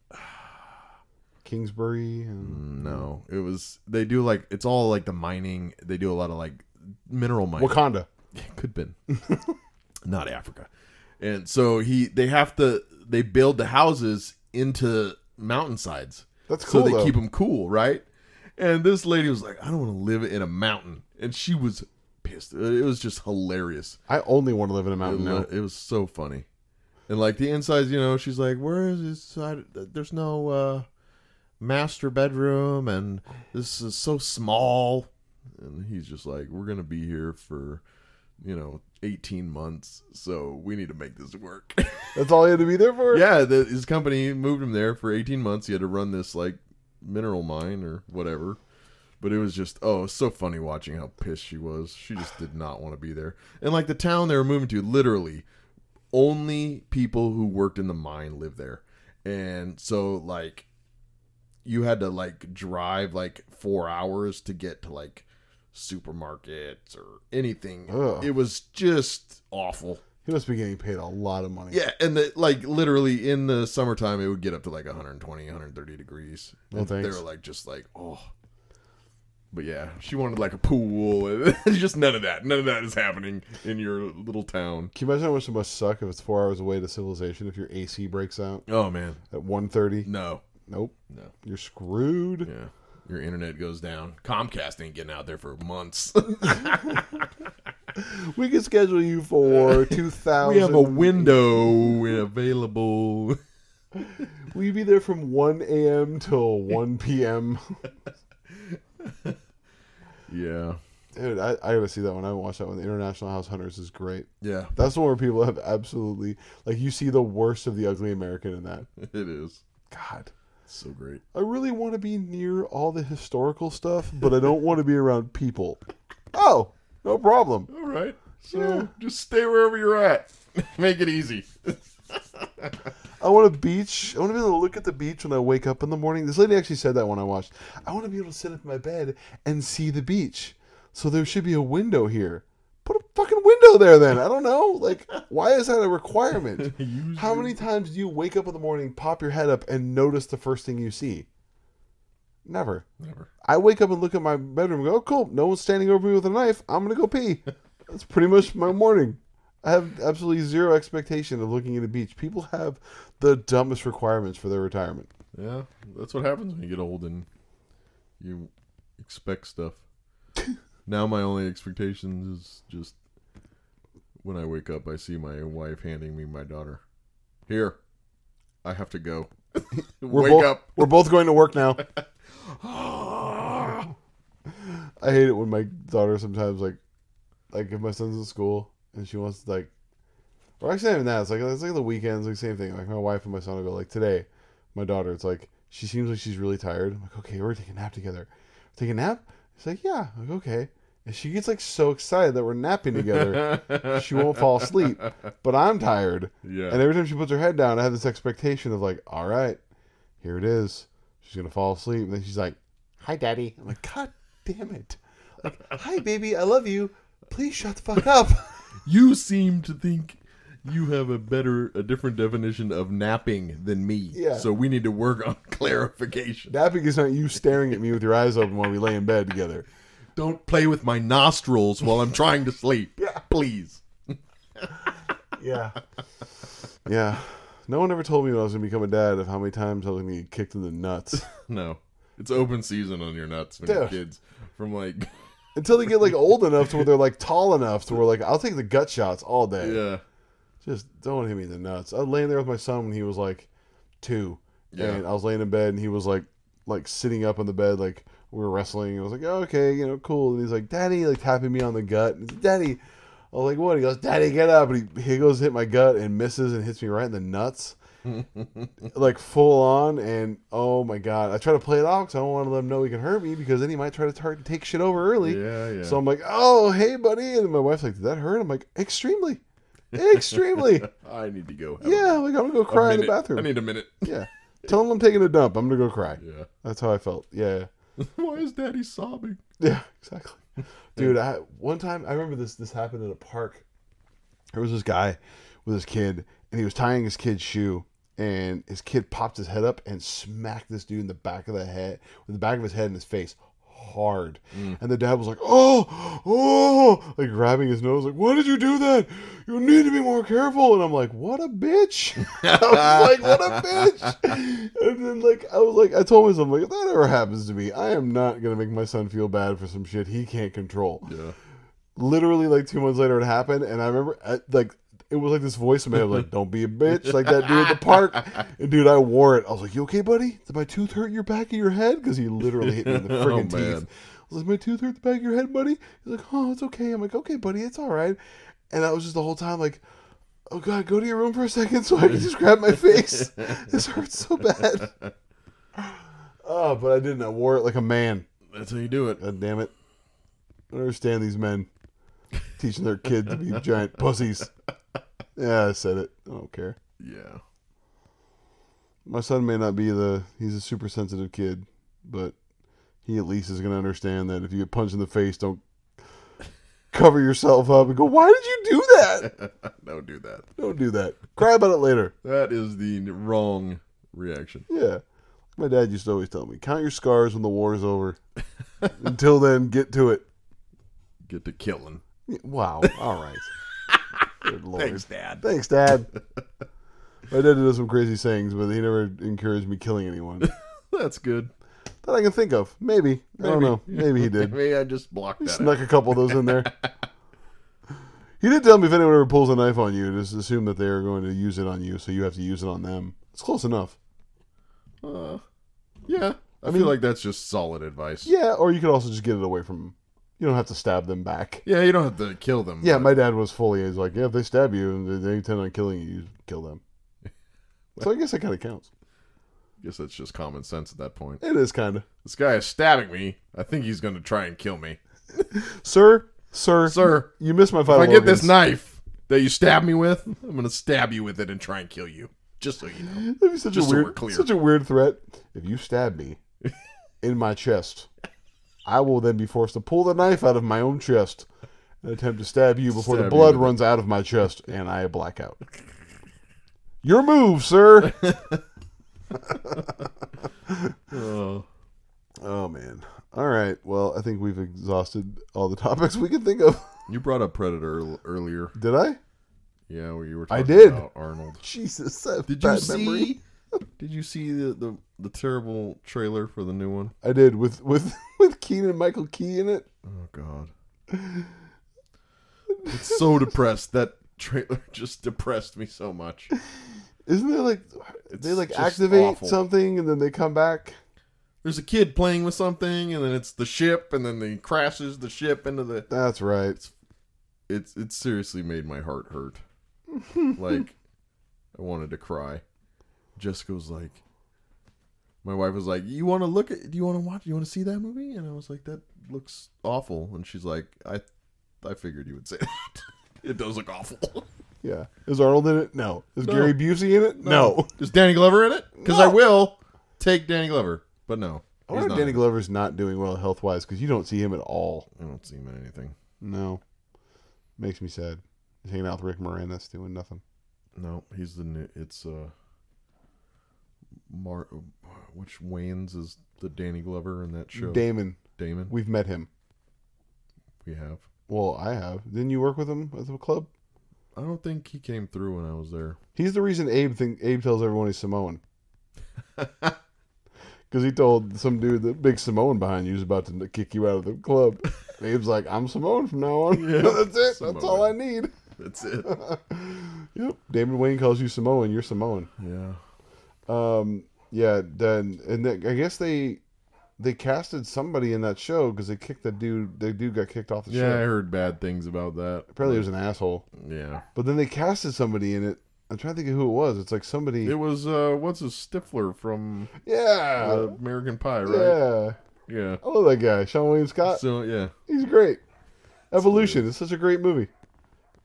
S4: uh,
S3: Kingsbury, and
S4: no, it was they do like it's all like the mining. They do a lot of like mineral mining.
S3: Wakanda.
S4: could been not africa and so he they have to they build the houses into mountainsides
S3: That's
S4: so they
S3: cool, though.
S4: keep them cool right and this lady was like i don't want to live in a mountain and she was pissed Uh, it was just hilarious
S3: I only want to live in a mountain
S4: it,
S3: now.
S4: was, it was so funny and like the insides you know she's like where is this side there's no uh master bedroom and this is so small and he's just like we're gonna be here for you know 18 months so we need to make this work
S3: That's all he had to be there for.
S4: yeah the, his company moved him there for 18 months he had to run this like mineral mine or whatever but it was just oh it was so funny watching how pissed she was she just did not want to be there and like the town they were moving to literally only people who worked in the mine lived there and so like you had to like drive like four hours to get to like supermarkets or anything
S3: Ugh.
S4: it was just awful
S3: He must be getting paid a lot of money.
S4: yeah, and the, like literally in the summertime, it would get up to like 120, 130 degrees.
S3: No
S4: And
S3: thanks.
S4: They were like just like oh. But yeah, she wanted like a pool. just none of that. None of that is happening in your little town.
S3: Can you imagine how much it must suck if it's four hours away to civilization if your AC breaks out
S4: Oh man,
S3: at 1.30?
S4: no,
S3: Nope.
S4: No.
S3: You're screwed.
S4: yeah, your internet goes down. Comcast ain't getting out there for months.
S3: We can schedule you for 2000.
S4: we have a window available.
S3: We'd be there from 1 a.m. till 1 p.m.
S4: Yeah,
S3: Dude, I, I gotta see that one. I haven't watched that one. The International House Hunters is great.
S4: yeah,
S3: That's the one where people have absolutely like you see the worst of the ugly American in that.
S4: it is
S3: God,
S4: so great.
S3: I really want to be near all the historical stuff, but I don't want to be around people. Oh, no problem.
S4: All right, so just stay wherever you're at. Make it easy.
S3: I want a beach. I want to be able to look at the beach when I wake up in the morning. This lady actually said that when I watched. I want to be able to sit up in my bed and see the beach. So there should be a window here. Put a fucking window there then. I don't know. Like, why is that a requirement? How many times do you wake up in the morning, pop your head up, and notice the first thing you see? Never.
S4: Never.
S3: I wake up and look at my bedroom and go, oh, cool, no one's standing over me with a knife. I'm going to go pee. That's pretty much my morning. I have absolutely zero expectation of looking at a beach. People have the dumbest requirements for their retirement.
S4: Yeah, that's what happens when you get old and you expect stuff. now my only expectation is just when I wake up, I see my wife handing me my daughter. Here, I have to go. wake
S3: both,
S4: up.
S3: We're both going to work now.
S4: Ah.
S3: I hate it when my daughter sometimes like, like if my son's in school and she wants to like, or actually not even that. It's like it's like the weekends, like same thing. Like my wife and my son will go like today, my daughter. It's like she seems like she's really tired. I'm like okay, we're taking a nap together. Take a nap. It's like yeah, I'm like okay. And she gets like so excited that we're napping together, she won't fall asleep. But I'm tired.
S4: Yeah.
S3: And every time she puts her head down, I have this expectation of like, all right, here it is. She's gonna fall asleep. And then she's like, "Hi, Daddy." I'm like, "God damn it!" Like, "Hi, baby. I love you. Please shut the fuck up."
S4: you seem to think you have a better, a different definition of napping than me.
S3: Yeah.
S4: So we need to work on clarification.
S3: Napping is not you staring at me with your eyes open while we lay in bed together.
S4: Don't play with my nostrils while I'm trying to sleep. Please.
S3: Yeah. Yeah. No one ever told me when I was gonna become a dad of how many times I was gonna get kicked in the nuts
S4: No. It's open season on your nuts when
S3: Dude.
S4: your kids from like
S3: until they get like old enough to where they're like tall enough to where like I'll take the gut shots all day.
S4: yeah.
S3: just don't hit me in the nuts. I was laying there with my son when he was like two,
S4: Yeah.
S3: and I was laying in bed and he was like like sitting up on the bed like we were wrestling. And I was like, oh, okay, you know, cool. And he's like, Daddy, like tapping me on the gut. And he's like, Daddy. I was like, what? He goes, Daddy, get up. And he, he goes, to hit my gut and misses and hits me right in the nuts. like full on. And oh my God. I try to play it off because I don't want to let him know he can hurt me because then he might try to tar- take shit over early.
S4: Yeah, yeah.
S3: So I'm like, oh, hey, buddy. And my wife's like, did that hurt? I'm like, extremely. Extremely.
S4: I need to go. have
S3: yeah. Like, I'm going to go
S4: a
S3: cry in the
S4: minute.
S3: bathroom.
S4: I need a minute.
S3: yeah. Tell him I'm taking a dump. I'm going to go cry.
S4: Yeah.
S3: That's how I felt. Yeah.
S4: Why is Daddy sobbing?
S3: Yeah, exactly. Dude, I one time I remember this this happened at a park. There was this guy with his kid and he was tying his kid's shoe and his kid popped his head up and smacked this dude in the back of the head with the back of his head in his face hard. And the dad was like, "Oh, oh!" like grabbing his nose like, "Why did you do that? You need to be more careful." And I'm like, "What a bitch." I was like, "What a bitch." And then like I was like I told myself like if that ever happens to me, I am not going to make my son feel bad for some shit he can't control.
S4: Yeah.
S3: Literally like 2 months later it happened and I remember uh, like it was like this voice in my head, like, don't be a bitch, like that dude at the park. And dude, I wore it. I was like, you okay, buddy? Did my tooth hurt your back of your head? Because he literally hit me in the
S4: Oh,
S3: freaking
S4: man.
S3: teeth. I was like, my tooth hurt the back of your head, buddy. He's like, oh, it's okay. I'm like, okay, buddy, it's all right. And I was just the whole time like, oh god, go to your room for a second so I can just grab my face. this hurts so bad. Oh, but I didn't. I wore it like a man.
S4: That's how you do it.
S3: God damn it! I don't understand these men teaching their kids to be giant pussies. Yeah, I said it. I don't care.
S4: Yeah.
S3: My son may not be the he's a super sensitive kid, but he at least is gonna understand that if you get punched in the face, don't cover yourself up and go, Why did you do that?
S4: Don't do that.
S3: Don't do that. Cry about it later.
S4: That is the wrong reaction.
S3: Yeah. My dad used to always tell me, Count your scars when the war is over. Until then, get to it.
S4: Get to killing.
S3: Wow. All right. Good lord.
S4: Dad.
S3: Thanks, Dad. My dad did some crazy sayings, but he never encouraged me killing anyone that
S4: That's good.
S3: I can think of. Maybe. I don't
S4: Maybe.
S3: know. Maybe he did.
S4: Maybe I just blocked that. out.
S3: Snuck a couple of those in there. He did tell me if anyone ever pulls a knife on you, just assume that they are going to use it on you, so you have to use it on them. It's close enough.
S4: Uh, yeah. I feel like that's just solid advice.
S3: Yeah, or you could also just get it away from 'em. You don't have to stab them back.
S4: Yeah, you don't have to kill them.
S3: Yeah,
S4: but-
S3: my dad was fully he's like, yeah, if they stab you and they- they intend on killing you, you kill them. So I guess that kind of counts.
S4: guess that's just common sense at that point.
S3: It is kind of.
S4: This guy is stabbing me. I think he's going to try and kill me.
S3: Sir, sir,
S4: Sir,
S3: you missed my
S4: if
S3: final
S4: I get this
S3: organs.
S4: knife that you stab me with, I'm going to stab you with it and try and kill you. Just so you know.
S3: That'd be such
S4: Just
S3: a
S4: so
S3: weird,
S4: we're clear.
S3: such a weird threat. If you stab me in my chest, I will then be forced to pull the knife out of my own chest and attempt to stab you before the
S4: Stab you
S3: blood
S4: with it.
S3: runs out of my chest and I black out. Your move, sir.
S4: Oh,
S3: oh man. All right. Well, I think we've exhausted all the topics we can think of.
S4: you brought up Predator earl- earlier.
S3: Did I?
S4: Yeah, where you were
S3: I
S4: talking
S3: did.
S4: about Arnold.
S3: Jesus. I have
S4: Did you
S3: bad
S4: see?
S3: memory.
S4: Did you see the, the the terrible trailer for the new one?
S3: I did with with with Keenan Michael Key in it.
S4: Oh God, it's so depressed. That trailer just depressed me so much.
S3: Isn't there like they
S4: It's
S3: like
S4: just
S3: activate
S4: awful.
S3: something and then they come back?
S4: There's a kid playing with something, and then it's the ship, and then he crashes the ship into the.
S3: That's right.
S4: It's it seriously made my heart hurt. like, I wanted to cry. Jessica was like, my wife was like, "You want to look at? Do you want to watch? Do you want to see that movie?" And I was like, "That looks awful." And she's like, "I, I figured you would say that. it does look awful."
S3: Yeah. Is Arnold in it? No. Is
S4: No.
S3: Gary Busey in it? No.
S4: Is Danny Glover in it? Because I
S3: No.
S4: will take Danny Glover, but no.
S3: I
S4: he's
S3: wonder
S4: not
S3: if Danny
S4: in it.
S3: Glover's not doing well health wise because you don't see him at all.
S4: I don't see him in anything.
S3: No. Makes me sad. He's hanging out with Rick Moranis doing nothing.
S4: No, he's the new. It's uh, Mar. Which Wayans is the Danny Glover in that show?
S3: Damon,
S4: Damon. We,
S3: we've met him.
S4: have.
S3: Well, I have. Didn't you work with him at the club?
S4: I don't think he came through when I was there.
S3: He's the reason Abe think Abe tells everyone he's Samoan. Because he told some dude that big Samoan behind you is about to kick you out of the club. And Abe's like, I'm Samoan from now on.
S4: Yeah,
S3: That's it. That's
S4: Samoan.
S3: all I need.
S4: That's it.
S3: Yep. David Wayne calls you Samoan. You're Samoan.
S4: yeah.
S3: Um, yeah, then and then I guess they they casted somebody in that show because they kicked the dude. The dude got kicked off the
S4: Yeah, I
S3: show.
S4: heard bad things about that.
S3: Apparently, he was an asshole.
S4: Yeah.
S3: But then they casted somebody in it. I'm trying to think of who it was. It's like somebody.
S4: It was uh what's his Stifler from uh,
S3: yeah,
S4: American Pie, right?
S3: yeah. Uh,
S4: Yeah.
S3: I love that guy, Sean William Scott.
S4: So yeah.
S3: He's great. Evolution. It's such a great movie.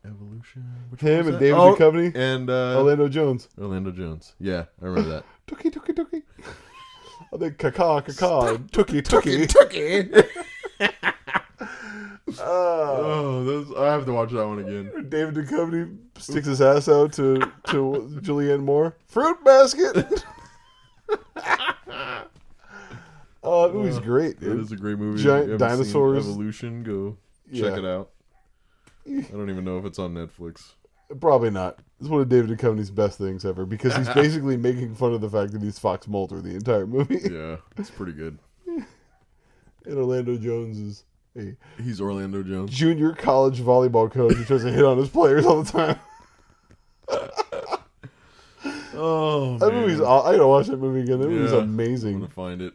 S4: Evolution. Which one
S3: Him
S4: was
S3: and
S4: that?
S3: David
S4: Oh,
S3: Duchovny,
S4: and uh
S3: Orlando Jones.
S4: Orlando Jones. Yeah, I remember that.
S3: Tookie, tookie, tookie. I think caca, caca, tookie,
S4: Tucky,
S3: tookie.
S4: Tucky.
S3: Ah.
S4: oh, those I have to watch that one again.
S3: David Duchovny sticks his ass out to to Julianne Moore. Fruit basket. uh, it was great,
S4: That
S3: dude.
S4: is a great movie. If
S3: Giant
S4: you haven't seen
S3: dinosaurs.
S4: Evolution. Go
S3: Yeah.
S4: check it out. I don't even know if it's on Netflix.
S3: Probably not. It's one of David Duchovny's best things ever because he's basically making fun of the fact that he's Fox Mulder the entire movie.
S4: Yeah, it's pretty good.
S3: And Orlando Jones is a
S4: He's Orlando Jones.
S3: junior college volleyball coach who tries to hit on his players all the time.
S4: Oh,
S3: That
S4: man.
S3: movie's. aw- I gotta watch that movie again. That movie's
S4: Yeah. I'm
S3: amazing.
S4: gonna find it.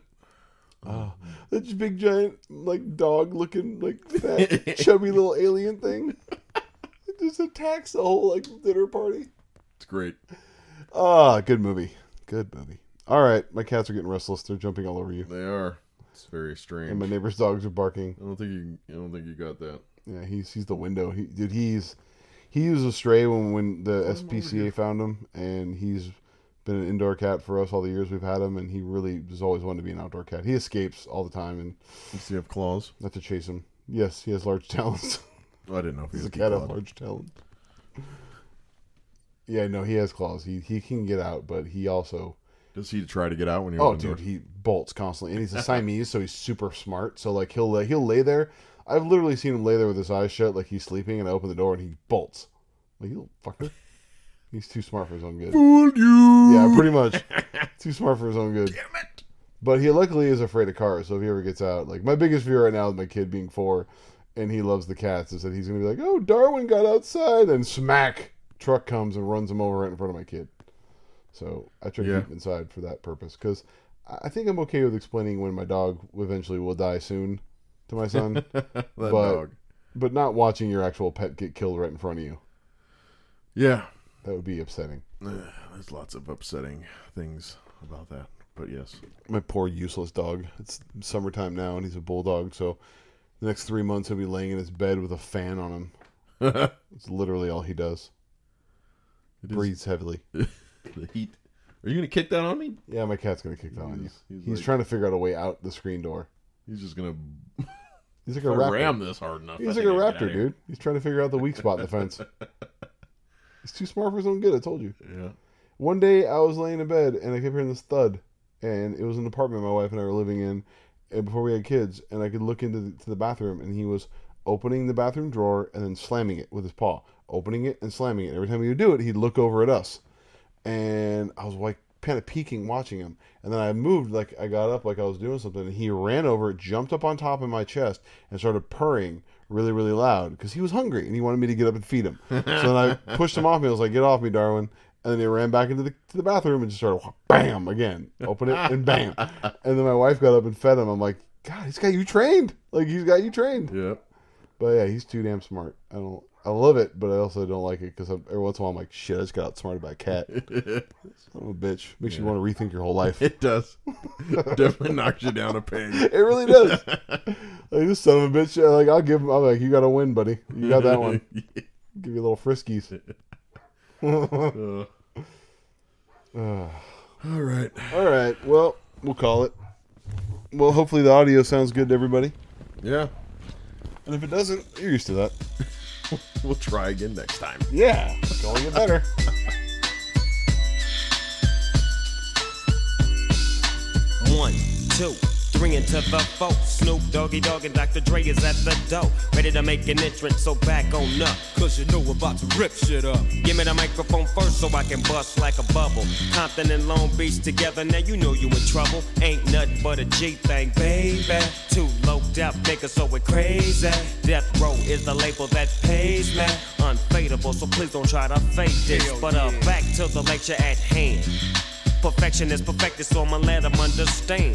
S3: That big giant like dog looking like fat chubby little alien thing. It just attacks the whole like dinner party.
S4: It's great.
S3: Ah, good movie. Good movie. All right, my cats are getting restless. They're jumping all over you,
S4: They are. It's very
S3: and
S4: strange.
S3: my
S4: I
S3: neighbor's dogs are barking.
S4: don't think you. I don't think you got that.
S3: Yeah, he sees the window. He dude, he's he was a stray when when the SPCA found him, and he's been an indoor cat for us all the years we've had him, and he really has always wanted to be an outdoor cat. He escapes all the time, and
S4: Does he have claws?
S3: I have to chase him. Yes, he has large talons.
S4: I didn't know if he
S3: He's
S4: had
S3: a cat of
S4: claws.
S3: large talons. Yeah, no, he has claws. He he can get out, but he also
S4: Does he try to get out when you?
S3: oh
S4: open the
S3: dude,
S4: door?
S3: he bolts constantly, and he's a Siamese, so he's super smart. So like he'll lay, he'll lay there. I've literally seen him lay there with his eyes shut, like he's sleeping, and I open the door and he bolts. Like you little fucker, he's too smart for his own good.
S4: Fool you.
S3: Yeah, pretty much. too smart for his own good. But he luckily is afraid of cars, so if he ever gets out, like my biggest fear right now with my kid being four, and he loves the cats, is that he's gonna be like, "Oh, Darwin got outside," and smack, truck comes and runs him over right in front of my kid. So I try to
S4: Yeah.
S3: keep him inside for that purpose because I I think I'm okay with explaining when my dog eventually will die soon to my son,
S4: that
S3: but-
S4: dog.
S3: but not watching your actual pet get killed right in front of you.
S4: Yeah.
S3: That would be upsetting.
S4: Ugh, There's lots of upsetting things about that. But yes.
S3: my poor useless dog. It's summertime now, and he's a bulldog. So the next three months, he'll be laying in his bed with a fan on him. It's literally all he does.
S4: It is
S3: Breathes heavily.
S4: the heat. Are you gonna kick that on me?
S3: Yeah, my cat's gonna kick that on you.
S4: He's-
S3: He's,
S4: he's like-
S3: trying to figure out a way out the screen door.
S4: He's just gonna
S3: He's like a
S4: if I
S3: raptor.
S4: ram this hard enough. I
S3: He's like
S4: think
S3: a
S4: I can get
S3: raptor,
S4: outta here.
S3: dude. He's trying to figure out the weak spot in the fence. He's too smart for his own good. I told you.
S4: Yeah.
S3: One day I was laying in bed and I kept hearing this thud, and it was an apartment my wife and I were living in, and before we had kids, and I could look into the, to the bathroom, and he was opening the bathroom drawer and then slamming it with his paw, opening it and slamming it. Every time he would do it, he'd look over at us, and I was like kind of peeking, watching him. And then I moved, like I got up, like I was doing something, and he ran over, jumped up on top of my chest, and started purring really, really loud because he was hungry and he wanted me to get up and feed him. so then I pushed him off me. I was like, "Get off me, Darwin!" And then he ran back into the to the bathroom and just started wha- bam again, open it and bam. and then my wife got up and fed him. I'm like, "God, he's got you trained. Like he's got you trained."
S4: Yep.
S3: But yeah, he's too damn smart. I don't. I love it, but I also don't like it because every once in a while I'm like, "Shit, I just got outsmarted by a cat." Son of a bitch. Makes you want to rethink your whole life. it
S4: It does. Definitely knocks you down a peg.
S3: really does. like this son of a bitch. uh, Like I'll give him. I'm like, you got to win, buddy. You got that one. give you a little friskies.
S4: Uh. All right.
S3: All right. Well, we'll call it. Well, hopefully the audio sounds good to everybody.
S4: Yeah.
S3: And if it doesn't, you're used to that.
S4: We'll try again next time.
S3: Yeah, it's only get better.
S5: One, two, three into the four. Snoop Doggy Dogg and Dr. Dre is at the door. Ready to make an entrance, so back on up.
S6: Cause you know we're about to rip shit up.
S5: Give me the microphone first so I can bust like a bubble. Compton and Long Beach together, now you know you in trouble. Ain't nothing but a G thing, baby. Too low death niggas, so we're crazy. Death Row is the label that pays me. Unfadable, so please don't try to fake this.
S6: Hell
S5: but uh,
S6: yeah.
S5: back to the lecture at hand. Perfection is perfected, so I'ma let 'em understand.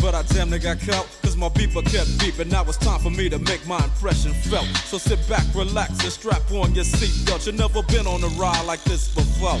S6: But I damn near got caught, cause my beeper kept beeping. Now it's time for me to make my impression felt. So sit back, relax, and strap on your seatbelt. You've never been on a ride like this before.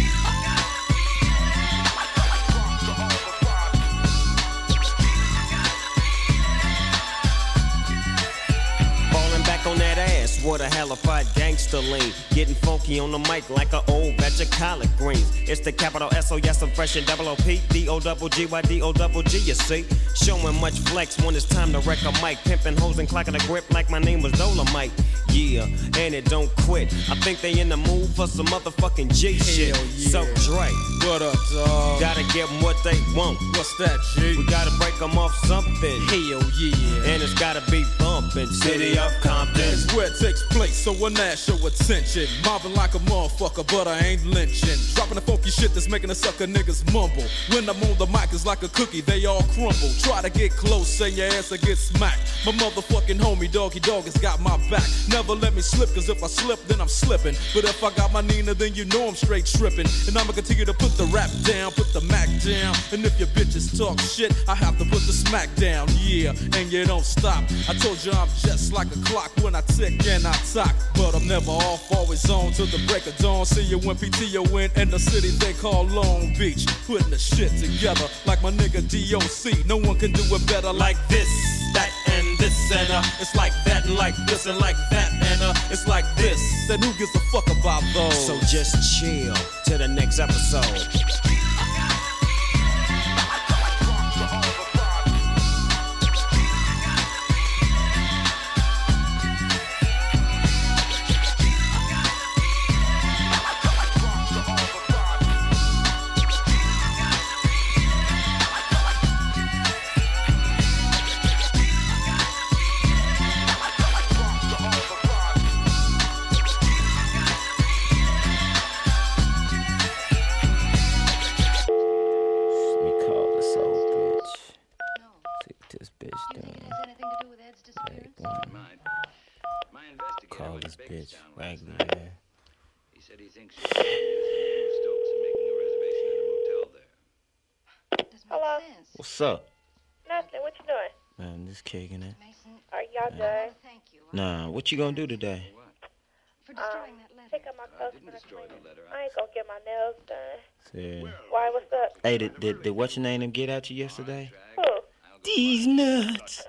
S5: Falling back on that ass, what a halified gangster lean. Getting funky on the mic like an old batch of collard greens. It's the capital S O yes, I'm fresh and double O P D O double G Y D O double G. You see, showing much flex when it's time to wreck a mic. Pimping hoes and clocking a grip like my name was Dolomite. Yeah, and it don't quit. I think they in the mood for some motherfucking G shit.
S6: Hell yeah.
S5: So Drake,
S6: What up, dog?
S5: gotta give 'em what they want.
S6: What's that, G?
S5: We gotta break 'em off something,
S6: Hell yeah.
S5: and it's gotta be bumpin'. City of Compton.
S6: That's where it takes place, so when that show attention. Mobbing like a motherfucker, but I ain't lynching. Dropping the funky shit that's making the sucker niggas mumble. When I'm on the mic, it's like a cookie, they all crumble. Try to get close, and your ass will get smacked. My motherfucking homie, doggy dog, has got my back. Never let me slip, cause if I slip, then I'm slipping. But if I got my Nina, then you know I'm straight tripping. And I'ma continue to put the rap down, put the Mac down. And if your bitches talk shit, I have to put the smack down. Yeah, and you don't stop. I told you I'm just like a clock when I tick and I tock. But I'm never off, always on till the break of dawn. See you when PTO in and the city they call Long Beach. Putting the shit together like my nigga DOC. No one can do it better like
S5: like this, that, and this, and uh, it's like that, and like this, and like that, and uh, it's like this.
S6: that. Who gives a fuck about those?
S5: So just chill to the next episode.
S7: Let me call this old bitch. See what this bitch doing. Like, um, Call this bitch Wagner. man.
S8: He said he thinks she's Stokes and making a reservation at a motel there.
S9: Hello.
S7: What's up?
S9: Nothing. What you doing?
S7: Man, I'm just kicking it.
S9: Are y'all done?
S7: Nah, what you gonna do today?
S9: Pick up my clothes from the cleaner. I ain't gonna get my nails done.
S7: Say,
S9: Why? What's up?
S7: hey, did, did, did what's your name them get at you yesterday?
S9: Who?
S7: These nuts.